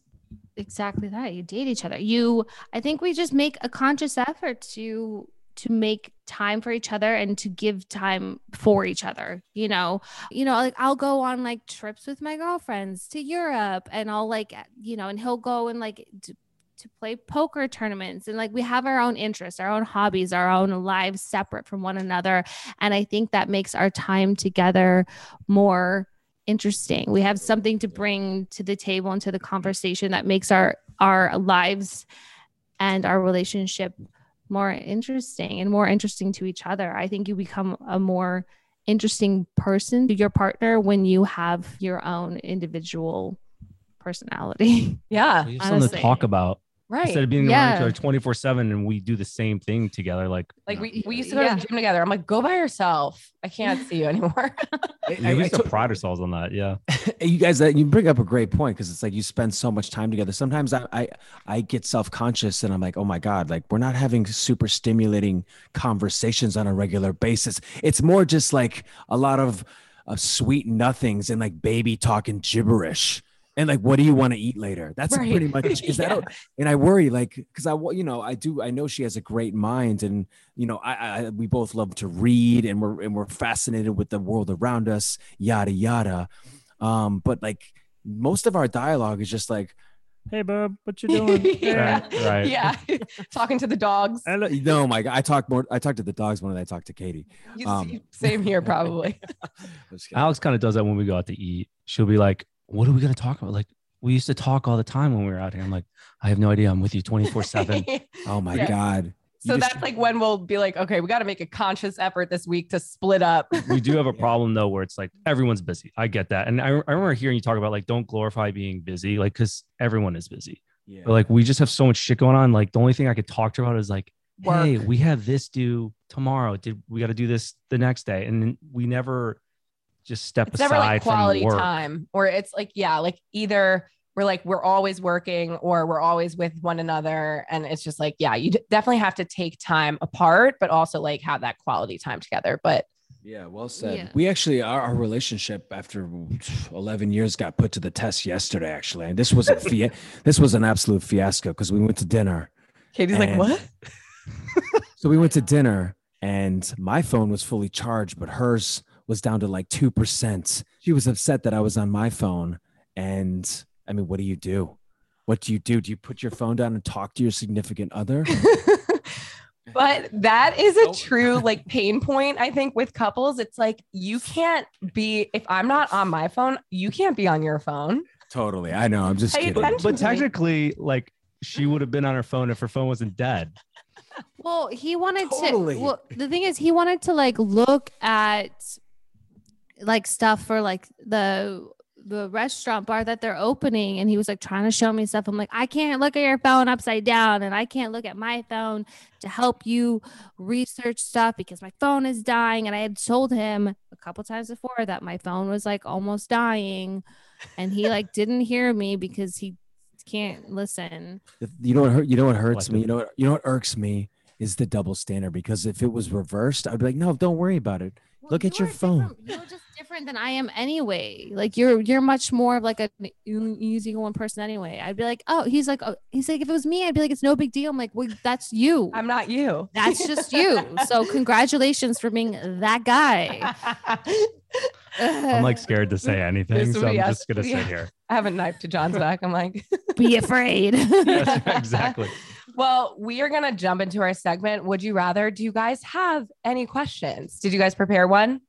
exactly that you date each other you i think we just make a conscious effort to to make time for each other and to give time for each other you know you know like i'll go on like trips with my girlfriends to europe and i'll like you know and he'll go and like to, to play poker tournaments and like we have our own interests our own hobbies our own lives separate from one another and i think that makes our time together more interesting. We have something to bring to the table and to the conversation that makes our our lives and our relationship more interesting and more interesting to each other. I think you become a more interesting person to your partner when you have your own individual personality. <laughs>
Yeah.
we
something to
have something to
honestly.
talk
talk
about
Right.
instead of being
Yeah.
around each other 24-7 and we do the same thing together like
like, we, we used to go
Yeah.
to the gym together. I'm like, go by yourself. I can't see you anymore. <laughs>
we used to pride ourselves on
<laughs>
that yeah
<laughs> you guys that you bring up a great point because it's like you spend so much time together sometimes I, I i get self-conscious and i'm like oh my god like we're not having super stimulating conversations on a regular basis it's more just like a lot of of sweet nothings and like baby talking gibberish and like what do you want to eat later that's
Right.
pretty
<laughs>
much is that
Yeah.
all- and i worry like because i wa- you know i do i know she has a great mind and you know I, I we both love to read and we're and we're fascinated with the world around us yada yada um but like most of our dialogue is just like
hey bub what you
yeah.
right, <laughs> right.
Yeah. <laughs> Talking to the dogs.
I
uh,
lo- no my god i talk more i talk to the dogs more than i talk to katie
You-
Um.
Same here, probably.
I'm <laughs> just kidding.
alex kind of does that when we go out to eat she'll be like what are we going to talk about? Like, we used to talk all the time when we were out here. I'm like, I have no idea. I'm with you 24
<laughs>
seven.
<laughs>
Oh my
Yeah.
God. You
so
just-
that's like when we'll be like, okay, we got to make a conscious effort this week to split up. <laughs>
We do have a problem though, where it's like everyone's busy. I get that. And I, I remember hearing you talk about like, don't glorify being busy. Like, cause everyone is busy.
Yeah.
But, like, we just have so much shit going on. Like the only thing I could talk to her about is like,
Work.
Hey, we have this due tomorrow. Did we got to do this the next day? And then we never just step
it's
aside
never like
from
quality
work.
time or it's like yeah like either we're like we're always working or we're always with one another and it's just like yeah you d- definitely have to take time apart but also like have that quality time together but
Yeah, well said.
Yeah.
We actually, our, our relationship after 11 years got put to the test yesterday, actually. And this was a fia- this was an absolute fiasco because we went to dinner.
katie's like
And-
what
So we went to dinner and my phone was fully charged, but hers was down to like 2%. She was upset that I was on my phone. And I mean, what do you do? What do you do? Do you put your phone down and talk to your significant other?
<laughs> but that is a
Oh.
Nope.
true like pain point i think with couples it's like you can't be if i'm not on my phone you can't be on your phone
totally. I know. I'm just
Hey,
kidding.
that's-
But technically, like she would have been on her phone if her phone wasn't dead.
Well, he wanted
Totally.
to. Well, the thing is, he wanted to like look at like stuff for like the the restaurant bar that they're opening, and he was like trying to show me stuff. I'm like, I can't look at your phone upside down, and I can't look at my phone to help you research stuff because my phone is dying. And I had told him a couple times before that my phone was like almost dying, and he like didn't hear me because he can't listen.
You know what hurt, you know what hurts
Like
me.
the-
You know what you know what irks me is the double standard because if it was reversed, I'd be like, no, don't worry about it.
Well,
Look at
you
your
are
phone.
different- You're just different than I am anyway. Like you're you're much more of like a easy one person anyway. I'd be like, oh, he's like, oh, he's like, if it was me, I'd be like, it's no big deal. I'm like, well, that's you.
i'm not you
that's just
<laughs>
you. So congratulations for being that guy.
i
I'm <laughs> like scared to say anything,
There's
so I'm
somebody else-
just gonna
yeah.
sit <laughs> here.
have a knife to john's back i'm like <laughs>
be afraid.
That's right, <laughs> exactly.
Well, we are going to jump into our segment. Would you rather? Do you guys have any questions? Did you guys prepare one?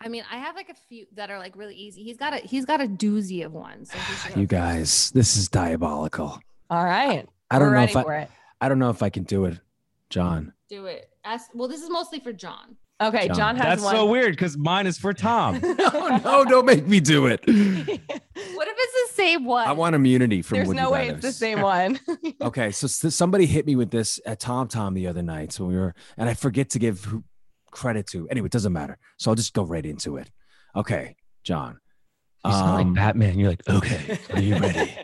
I mean, I have like a few that are like really easy. He's got a he's got a doozy of ones. So he should go
You
first.
guys, this is diabolical.
All right.
I don't
We're
know
ready
if I,
for it.
I don't know if I can do it,
<laughs>
John.
do it. Ask, well, this is mostly for John.
Okay.
John.
John, has
That's
one.
so
<laughs>
weird because mine is for Tom.
No, <laughs> no, don't make me do it.
What if it's the same one?
I want immunity from.
There's
Would You
no way it's the
Rathers.
same one. <laughs>
Okay, so s- somebody hit me with this at Tom Tom the other night. So we were, and I forget to give who credit to. Anyway, it doesn't matter. So I'll just go right into it. Okay, John.
<laughs> You sound
Um,
like Batman. You're like, okay, are you <laughs> ready?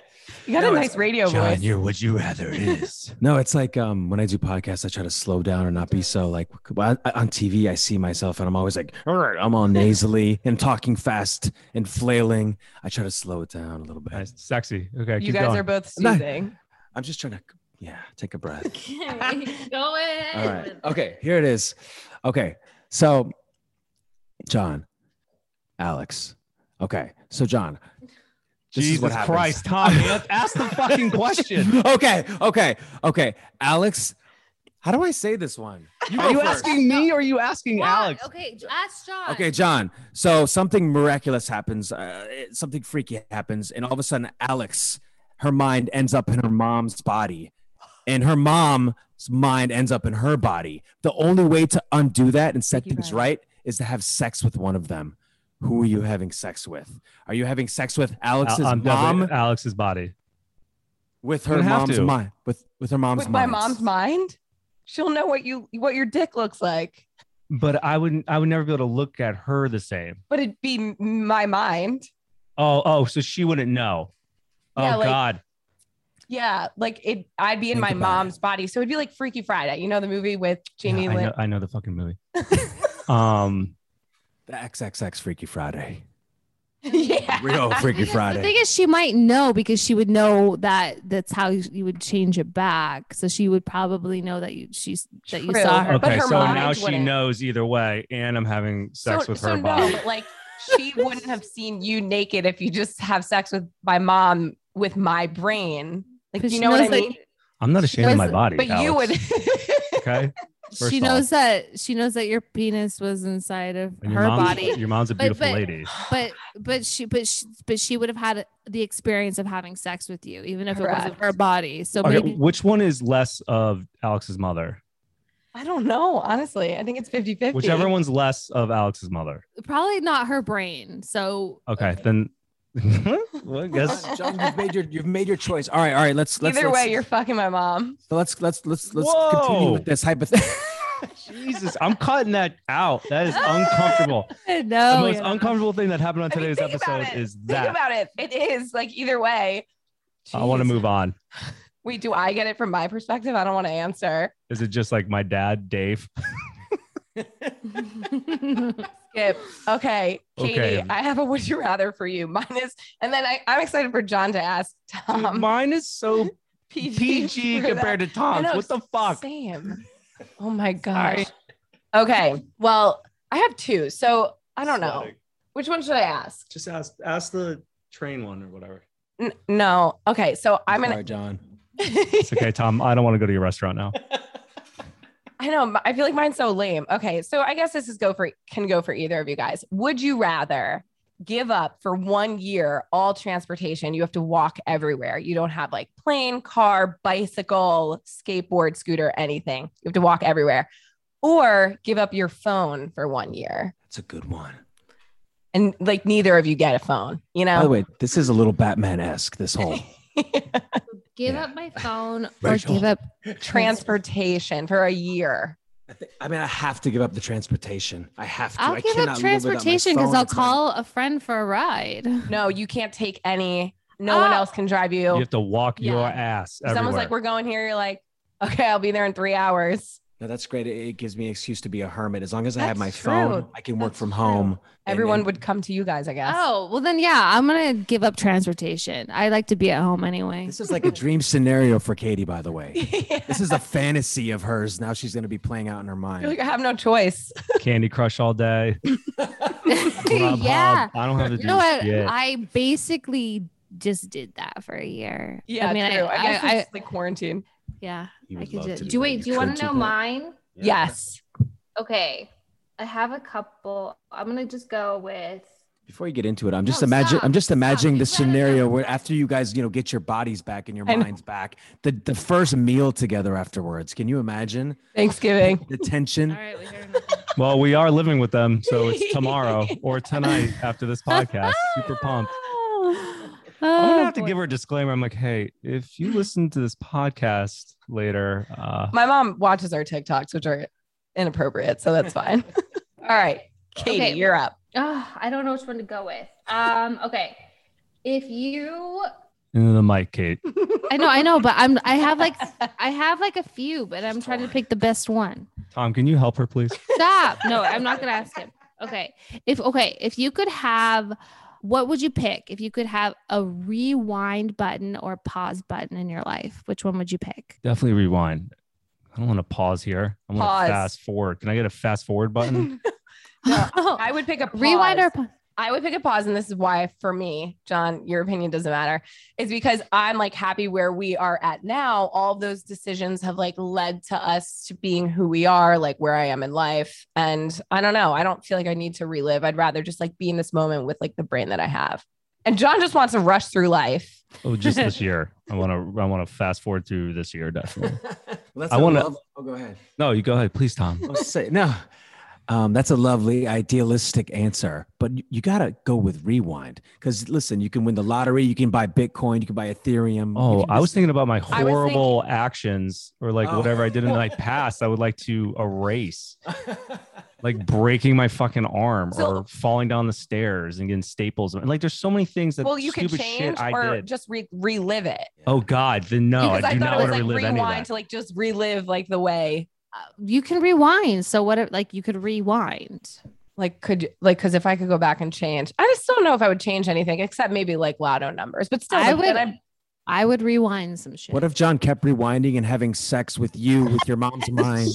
You got
No,
a
it's-
nice radio
John,
voice.
your would you rather is.
<laughs> No, it's like um, when I do podcasts, I try to slow down and not be so like well, I- on TV. I see myself and I'm always like, all right, I'm
<laughs>
all nasally and talking fast and flailing. I try to slow it down a little bit.
Nice, sexy. Okay,
You
keep
guys
going.
are both
No.
soothing.
I'm just trying to, yeah, take a breath.
<laughs> Okay, go ahead.
All right.
with
Okay. Here it is. Okay. So, John, Alex. Okay. So, John, this
Jesus
is what happens.
Christ,
<laughs>
Tom, man, ask the fucking question.
<laughs> okay. Okay. Okay. Alex, how do I say this one?
Are you
go first.
asking me or are you asking
John,
Alex?
Okay, ask John.
Okay, John. So something miraculous happens, uh, it- something freaky happens, and all of a sudden, Alex, her mind ends up in her mom's body, and her mom's mind ends up in her body. The only way to undo that and set
Thank you,
things
Brian.
right is to have sex with one of them. Who are you having sex with? Are you having sex with Alex's
Al- I'm
mom
definitely- Alex's body.
with
You're
her
gonna have
mom's
to.
mind with with her mom's
With my
mind?
mom's mind, she'll know what you what your dick looks like,
But I wouldn't. I would never be able to look at her the same.
but it'd be m- my mind.
Oh, oh, so she wouldn't know. Oh
Yeah, like-
God.
Yeah, like it. I'd be in
Think
my
about
mom's body, so it'd be like Freaky Friday. You know the movie with Jamie
Yeah,
Lynn.
I know, I know the fucking movie. um,
The XXX Freaky Friday.
<laughs> yeah.
Real Freaky
The thing
Friday.
is, she might know because she would know that that's how you you would change it back. So she would probably know that you she's that you
True.
saw her.
But
okay,
her
so
mind
now she
wouldn't.
knows either way, and I'm having sex with her
no,
body.
but, like she wouldn't have seen you naked if you just have sex with my mom with my brain. Like
But
you
she
know what I
knows that-
mean?
I'm not ashamed of my
knows-
body.
But you
Alex,
would
<laughs> okay. First
she
off.
knows that she knows that your penis was inside of
And
her
mom's- <laughs>
body.
Your mom's a
But-
beautiful
but-
lady.
but but she but she, but she would have had the experience of having sex with you even if it wasn't
Correct.
her body so
Okay,
maybe
which one is less of Alex's mother?
<laughs> I don't know, honestly. I think it's 50 50.
Whichever one's less of Alex's mother.
probably not her brain so
Okay, then. <laughs> well, I
<laughs>
guess
<laughs>
John, John, you've made your you've made your choice. All right, all right. Let's let's
Either
let's,
way, you're fucking my mom.
so let's let's let's let's
Whoa.
continue with
<laughs>
this hypothetical.
Jesus, I'm cutting that out. That
<laughs>
is uncomfortable. the
no
most uncomfortable thing that happened on
Oh, I mean,
today's
think about
episode
it.
is
Think
that.
about it. It is like either way.
I want to
Jeez.
move on.
Wait, do I get it from my perspective? I don't want to answer.
Is it just like my dad,
<laughs>
Dave?
Skip. Okay, Katie,
Okay.
I have a would you rather for you. Mine is, and then I, I'm excited for John to ask Tom. <laughs>
Mine is so
PG,
PG
for
compared to
I
Tom's.
know,
What the fuck?
Sam. Oh my
<laughs> Sorry.
gosh. Okay. Well, I have two. So I don't know.
Sweating.
Which one should I ask?
Just ask ask the train one or whatever.
N- no. Okay. So I'm
All
going
right, John.
<laughs> to.
It's okay, Tom. I don't want to go to your restaurant now.
I know. m- I feel like mine's so lame. Okay, so I guess this is go for can go for either of you guys. Would you rather give up for one year all transportation? You have to walk everywhere. You don't have like plane, car, bicycle, skateboard, scooter, anything. You have to walk everywhere, or give up your phone for one year,
That's a good one.
and like neither of you get a phone. You
By the
know.
way, this is a little Batman esque. This
<laughs>
whole
give
Yeah.
up my phone or
Rachel.
give up
transportation for a year.
I, thi- I mean, I have to give up the transportation. I have to.
i'll
I
give
cannot
up
live without my
transportation because
phone.
i'll
It's my-
call a friend for a ride
No, you can't take any. No one
Oh.
else can drive
You have to walk your
Yeah.
ass.
If Someone's
everywhere.
like, we're going here. You're like, okay, I'll be there in three hours.
No, that's great. It, it gives me an excuse to be a hermit. As long as I have
That's
my
true.
phone, I can work
That's
from
true.
home. and-
Everyone
and-
would come to you guys, I <laughs> guess.
oh well then yeah i'm gonna give up transportation i like to be at home anyway
This is like a dream scenario for Katie, by the way. This is a fantasy of hers. Now she's going to be playing out in her
<laughs> You're like,
mind.
I have no choice. <laughs>
Candy Crush all day.
<laughs>
Grubhub.
yeah
I don't have to do
you know what
shit.
i basically just did that for a year
Yeah,
i mean
true.
I,
I, guess
I,
it's like quarantine.
yeah
You
I
would
could
love
do,
to
do
that.
wait. Do you want
could
to know
that.
mine?
Yes.
Okay, I have a couple. I'm gonna just go with.
Before you get into it, I'm just
No,
imagine.
stop.
I'm just imagining
Stop.
the
Keep going.
scenario where after you guys, you know, get your bodies back and your
I know.
minds back, the the first meal together afterwards. Can you imagine
Thanksgiving.
the
<laughs>
tension?
right, we
Well, we are living with them, so
<laughs>
it's tomorrow or tonight after this podcast. Super
<laughs>
pumped. I'm
Oh,
gonna
Oh,
have to give her a disclaimer. I'm like, hey, if you listen to this podcast later, uh,
My mom watches our TikToks, which are inappropriate. So that's <laughs> fine. All right. Katie,
Okay.
you're up.
Ah, I don't know which one to go with. Um. Okay. If you,
into the mic, Kate.
Hmm.
I know, I know, but I'm. I have like, I have like a few, but I'm trying to pick the best one.
Tom, can you help her, please?
Stop. No, I'm not gonna ask him. Okay. If okay, if you could have what would you pick if you could have a rewind button or pause button in your life? Which one would you pick?
Definitely rewind. I don't want to pause here. I want
Pause.
to fast forward. Can I get a fast forward
<laughs>
button?
<laughs>
No, <laughs> I would pick a pause.
rewind or pause?
I would pick a pause, and this is why, for me, John, your opinion doesn't matter, is because I'm like happy where we are at now. All of those decisions have like led to us to being who we are, like where I am in life. And I don't know. I don't feel like I need to relive. I'd rather just like be in this moment with like the brain that I have. And John just wants to rush through life.
Oh, just this year. I want to. I want to fast forward through this year. Definitely.
Let's
I wanna-
Oh, go ahead.
<laughs> No, you go ahead, please, Tom.
<laughs> I'll say- no. Um, that's a lovely idealistic answer, but you, you gotta go with rewind because listen, you can win the lottery, you can buy Bitcoin, you can buy Ethereum. you
Oh,
can
I was
just-
thinking about my
I was
horrible actions or like
Oh.
whatever I did in my
<laughs>
past. I would like to erase,
<laughs>
like breaking my fucking arm
So-
or falling down the stairs and getting staples. Like, there's so many things that
well, you could
stupid
change
shit I
or
did.
just re- relive it.
Oh God, then no,
because
I do not
thought it
want
was
to
like
relive
rewind
any of
to
that.
like just relive like the way,
uh, You can rewind. So what? if- Like you could rewind.
like could like because if I could go back and change, I just don't know if I would change anything except maybe like lotto numbers. But still,
I
like, then
would- I would rewind some shit.
What if John kept rewinding and having sex with you with
<laughs>
your mom's mind?
<laughs>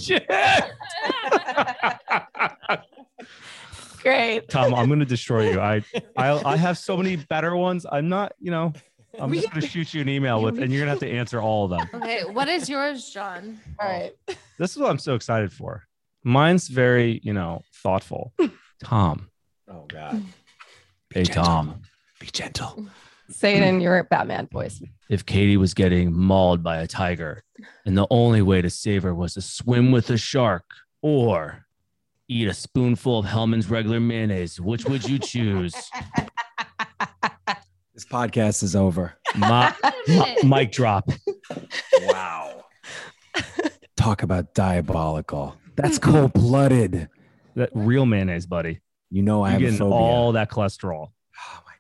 Great.
Tom, I'm gonna destroy you. I,
<laughs>
I, I have so many better ones. I'm not, you know, I'm
We- <laughs>
just gonna shoot you an email with, and you're gonna have to answer all of them.
Okay, what is yours, John?
All right.
This is what I'm so excited for. Mine's very, you know,
<laughs>
thoughtful. Tom.
Oh God.
Hey,
gentle.
Tom.
Be gentle.
Say it in your Batman voice.
If Katie was getting mauled by a tiger and the only way to save her was to swim with a shark or eat a spoonful of Hellman's regular mayonnaise, which would you
<laughs>
choose?
This podcast is over.
My,
Wait a minute.
mic drop.
Wow. <laughs> Talk about diabolical. That's cold blooded.
That real mayonnaise, buddy.
You know I
You're
have a
getting
phobia.
all that cholesterol.
oh my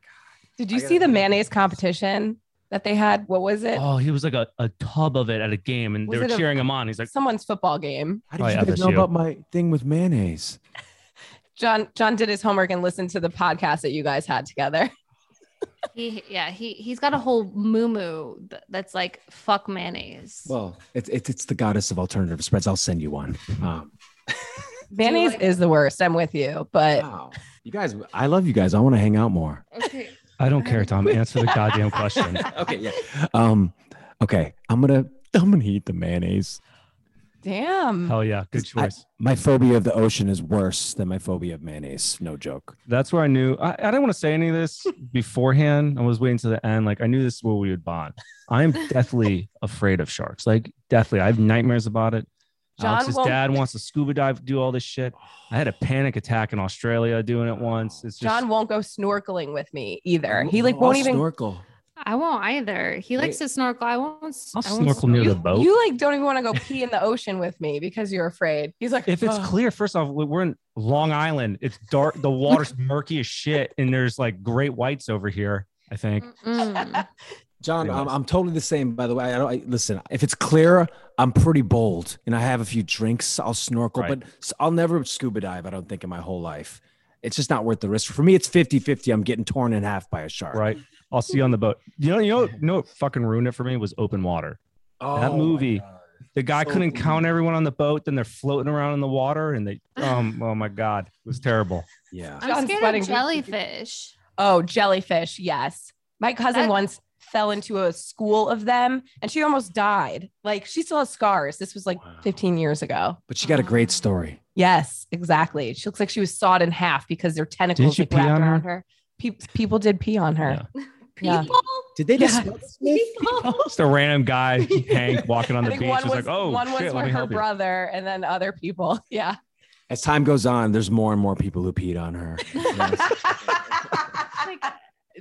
Did
I
you
gotta-
see the mayonnaise competition that they had? What was it?
Oh, he was like a, a tub of it at a game and
Was
they
it
were
a-
cheering him on. He's like,
Someone's football game.
god. How did
Probably
you guys know
FSU.
about my thing with mayonnaise?
John John did his homework and listened to the podcast that you guys had together. <laughs>
He, yeah, he he's got a whole moo moo th- that's like fuck mayonnaise.
Well, it's it's, it's the goddess of alternative spreads. I'll send you
<laughs>
one. Um,
Mayonnaise
like-
is the worst. I'm with you, but
wow. You guys, I love you guys. I want to hang out more.
okay.
I don't care, <laughs> Tom. Answer the goddamn question.
okay, yeah. <laughs> Um, okay. I'm gonna I'm gonna eat the mayonnaise.
damn.
Hell yeah. Good
I-
choice.
my phobia of the ocean is worse than my phobia of mayonnaise. No joke.
That's where I knew I, I didn't want to say any of this beforehand. I was waiting to the end. Like I knew this is where we would bond. I am deathly afraid of sharks. Like deathly. I have nightmares about it.
John
Alex's
won't-
dad wants to scuba dive, do all this shit. I had a panic attack in Australia doing it once. It's just
John won't go snorkeling with me either. He like
I'll
won't even
snorkel.
<laughs> I won't either. He likes to snorkel. I won't. s-
I'll
I won't
snorkel near
snorkel.
the boat.
you like don't even want to go pee in the ocean with me because you're afraid. He's like,
if it's
"Ugh."
clear, first off, we- we're in Long Island. It's dark. The water's murky as shit, and there's like great whites over here. I think.
Mm-mm.
John, I'm,
Anyways.
I'm totally the same. By the way, I don't I, listen. If it's clear, I'm pretty bold, and I have a few drinks. I'll snorkel,
Right.
but s- I'll never scuba dive. I don't think in my whole life. It's just not worth the risk. For me, it's 50-50. I'm getting torn in half by a shark.
Right. I'll see you on the boat. You know, you know, you know what fucking ruined it for me was open water.
Oh,
That
my
movie.
God.
The guy
So
couldn't
weird.
count everyone on the boat, then they're floating around in the water and they
<sighs>
um oh my god, it was
<laughs>
terrible.
Yeah.
I'm
John's
scared
sweating.
of jellyfish.
Oh, jellyfish. Yes. My cousin
That-
once fell into a school of them and she almost died. Like she still has scars. This was like
Wow.
15 years ago.
But she got a great story.
Yes, exactly. She looks like she was sawed in half because their tentacles
you
like,
pee
wrapped
on her?
around her. Peop people did pee on her. <laughs> Yeah.
People.
Did they just
Yeah.
smell this movie?
Just a random guy,
<laughs>
Hank, walking on
I
the
think
beach.
one
was, like, oh
one was
shit,
for
let me
her
help you.
brother and then other people.
<laughs>
<laughs> Yeah.
As time goes on, there's more and more people who peed on her. Yes.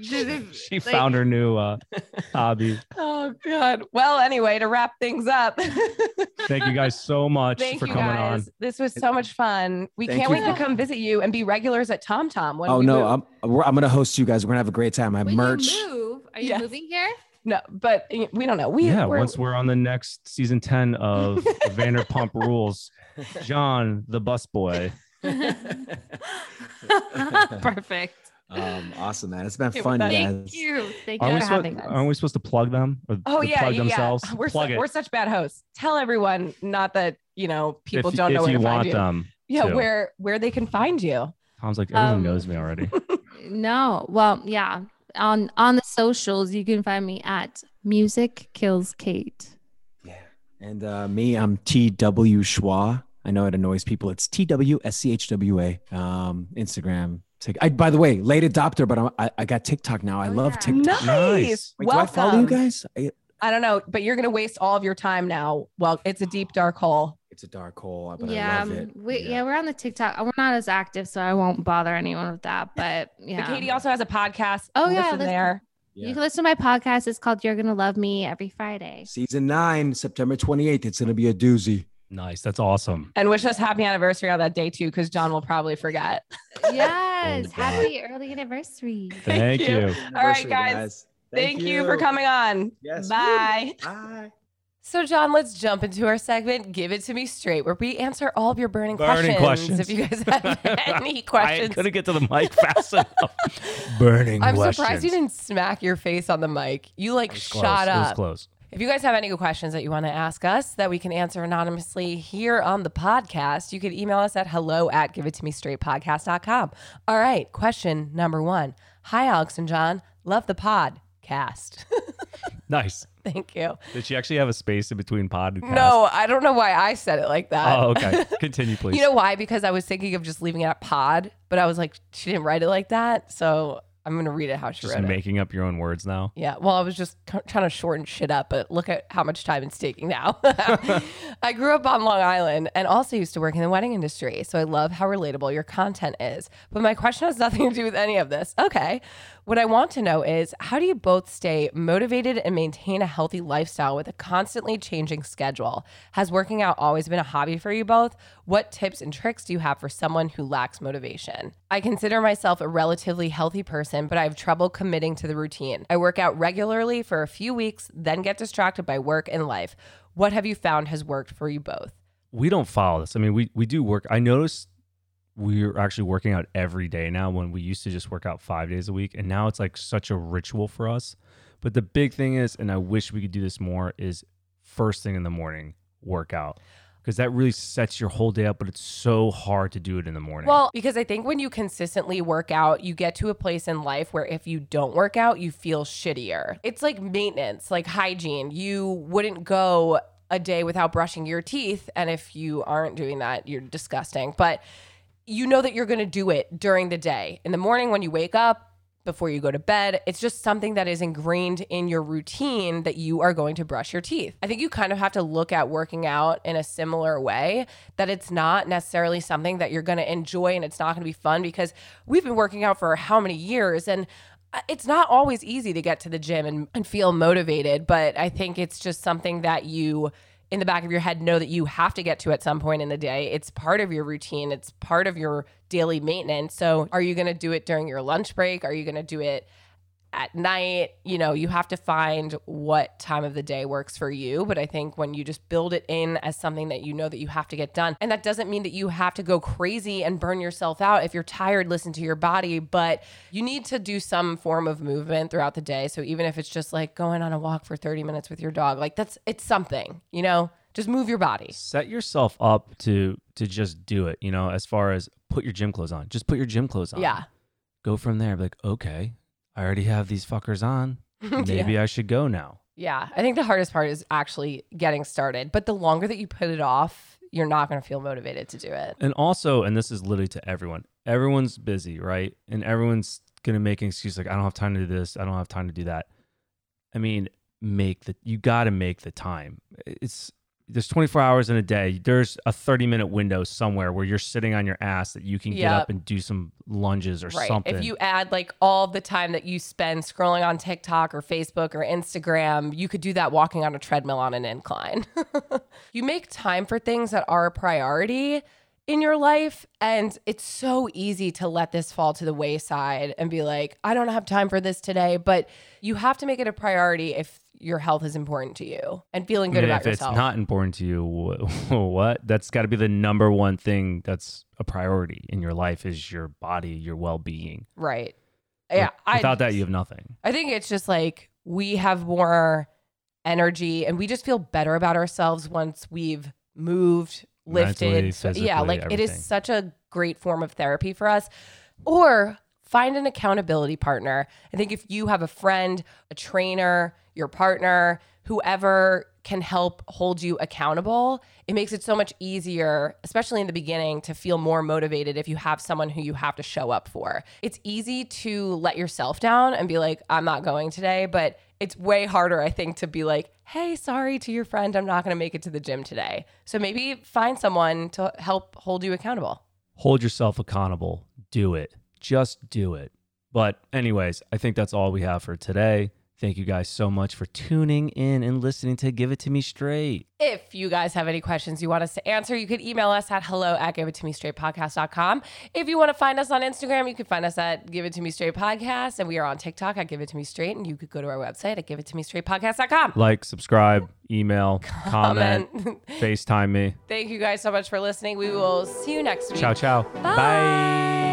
She found her new
<laughs>
uh hobby.
oh god. Well, anyway, to wrap things up. <laughs>
Thank you guys so much
Thank
for
you
coming on.
guys. This was so much fun. We
Thank
can't
you.
wait to come visit you and be regulars at Tom Tom. when
oh
we
no,
move.
I'm we're, I'm gonna host you guys. We're gonna have a great time. I have
When
merch.
you move, are you
Yes.
moving here? <laughs>
no, but eh, we don't know. We
yeah,
we're,
once we're on the next season 10
<laughs>
of Vanderpump Rules, John the busboy.
Perfect.
Um, awesome, man. It's been
Okay,
fun,
well, that-
Thank
guys.
you. Thank you
Aren't
for
we,
having
supposed,
us.
aren't we supposed to plug them or
oh
to
yeah,
plug
yeah,
themselves?
yeah. We're
plug
su-
it.
we're such bad hosts. Tell everyone, not that you know people
if,
don't know
if
where
you
to
want
find you.
them.
yeah,
to.
where where they can find you.
Tom's like, everyone
Um,
knows me
<laughs>
already.
No. Well, yeah. On on the socials, you can find me at Music Kills Kate.
Yeah. And uh, me, I'm T.W. Schwa. I know it annoys people. It's T.W.S.C.H.W.A. Um, Instagram. Tik- I, by the way, late adopter, but I'm, I, I got TikTok now. I
Oh,
love
yeah.
TikTok.
Nice.
Nice.
Wait, do I
Welcome.
follow you guys? I,
I don't know, but you're gonna waste all of your time now. Well, it's a deep dark hole.
it's a dark hole, but I
yeah,
love
um,
it.
we, yeah, we're on the TikTok. We're not as active, so I won't bother anyone with
<laughs>
that. But yeah,
But Katie also has a podcast.
Oh, yeah,
listen
listen.
there.
Yeah.
you can listen to my podcast. It's called "You're Gonna Love Me" every
<laughs>
Friday.
Season nine, September 28th. It's going to be a doozy.
nice. That's awesome.
And wish us happy anniversary on that day too, because John will probably forget.
yes,
God.
happy early anniversary.
Thank, you.
Thank you. All right,
Anniversary,
guys. Thank, you. for coming on.
Yes.
Bye.
Bye.
So, John, let's jump into our segment, Give It To Me Straight, where we answer all of your burning,
Burning
questions.
questions. <laughs>
If you guys have any
I
questions,
couldn't get to the mic
<laughs>
fast enough. Burning
I'm surprised you didn't smack your face on the mic. You like shot
It was
up.
close.
If you guys have any good questions that you want to ask us that we can answer anonymously here on the podcast, you can email us at hello at giveittomestraightpodcast.com. All right, question number one. Hi, Alex and John. Love the podcast. <laughs>
Nice.
Thank you.
Did she actually have a space in between pod and cast?
No, I don't know why I said it like that.
Oh,
<laughs>
okay. Continue, please.
You know why? Because I was thinking of just leaving it at pod, but I was like, she didn't write it like that. So I'm going to read it how she
just
wrote it.
making up your own words now.
Yeah. Well, I was just c- trying to shorten shit up, but look at how much time it's taking now. <laughs> I grew up on Long Island and also used to work in the wedding industry. So I love how relatable your content is. But my question has nothing to do with any of this. Okay. What I want to know is how do you both stay motivated and maintain a healthy lifestyle with a constantly changing schedule? Has working out always been a hobby for you both? What tips and tricks do you have for someone who lacks motivation? I consider myself a relatively healthy person, but I have trouble committing to the routine. I work out regularly for a few weeks, then get distracted by work and life. What have you found has worked for you both?
we don't follow this. I mean, we we do work. I noticed we're actually working out every day now when we used to just work out five days a week, and now it's like such a ritual for us. But the big thing is, and I wish we could do this more, is first thing in the morning workout because that really sets your whole day up. But it's so hard to do it in the morning.
Well, because I think when you consistently work out, you get to a place in life where if you don't work out, you feel shittier. It's like maintenance, like hygiene. You wouldn't go a day without brushing your teeth. And if you aren't doing that, you're disgusting. But you know that you're going to do it during the day. In the morning when you wake up, before you go to bed, it's just something that is ingrained in your routine that you are going to brush your teeth. I think you kind of have to look at working out in a similar way that it's not necessarily something that you're going to enjoy and it's not going to be fun because we've been working out for how many years and uh, it's not always easy to get to the gym and, and feel motivated, but I think it's just something that you in the back of your head know that you have to get to at some point in the day. It's part of your routine, it's part of your daily maintenance. So, are you going to do it during your lunch break? Are you going to do it at night? You know, you have to find what time of the day works for you. But I think when you just build it in as something that you know that you have to get done, and that doesn't mean that you have to go crazy and burn yourself out. If you're tired, listen to your body, but you need to do some form of movement throughout the day. So, even if it's just like going on a walk for 30 minutes with your dog, like that's it's something, you know? Just move your body.
set yourself up to to just do it. You know, as far as put your gym clothes on, just put your gym clothes on.
Yeah. <laughs>
Go from there. Be like, okay, I already have these fuckers
<laughs>
on. Maybe I should go now.
Yeah, I think the hardest part is actually getting started. But the longer that you put it off, you're not going to feel motivated to do it.
And also, and this is literally to everyone, everyone's busy, right? And everyone's going to make an excuse like, I don't have time to do this. I don't have time to do that. I mean, make the, you got to make the time. It's, there's 24 hours in a day. There's a 30 minute window somewhere where you're sitting on your ass that you can get
Yep.
up and do some lunges or
Right.
something.
If you add like all the time that you spend scrolling on TikTok or Facebook or Instagram, you could do that walking on a treadmill on an incline. <laughs> you make time for things that are a priority in your life. And it's so easy to let this fall to the wayside and be like, I don't have time for this today. But you have to make it a priority if your health is important to you and feeling good
I mean,
about
if
yourself.
it's not important to you, wh- <laughs> what? That's got to be the number one thing that's a priority in your life is your body, your well being.
Right. Yeah.
Without
I,
that, you have nothing.
I think it's just like we have more energy and we just feel better about ourselves once we've moved, lifted.
Mentally,
So- yeah.
physically,
Like it
everything.
is such a great form of therapy for us. Or find an accountability partner. I think if you have a friend, a trainer, your partner, whoever can help hold you accountable, it makes it so much easier, especially in the beginning, to feel more motivated if you have someone who you have to show up for. It's easy to let yourself down and be like, I'm not going today, but it's way harder, I think, to be like, hey, sorry to your friend, I'm not going to make it to the gym today. So maybe find someone to help hold you accountable.
Hold yourself accountable. Do it. Just do it. But, anyways, I think that's all we have for today. Thank you guys so much for tuning in and listening to Give It To Me Straight.
If you guys have any questions you want us to answer, you can email us at hello at give it to me straight podcast.com. If you want to find us on Instagram, you can find us at give it to me straight podcast. And we are on TikTok at give it to me straight. And you could go to our website at give it to me straight podcast.com.
Like, subscribe, email, comment,
<laughs> Comment.
FaceTime me.
Thank you guys so much for listening. We will see you next week.
Ciao, ciao.
Bye.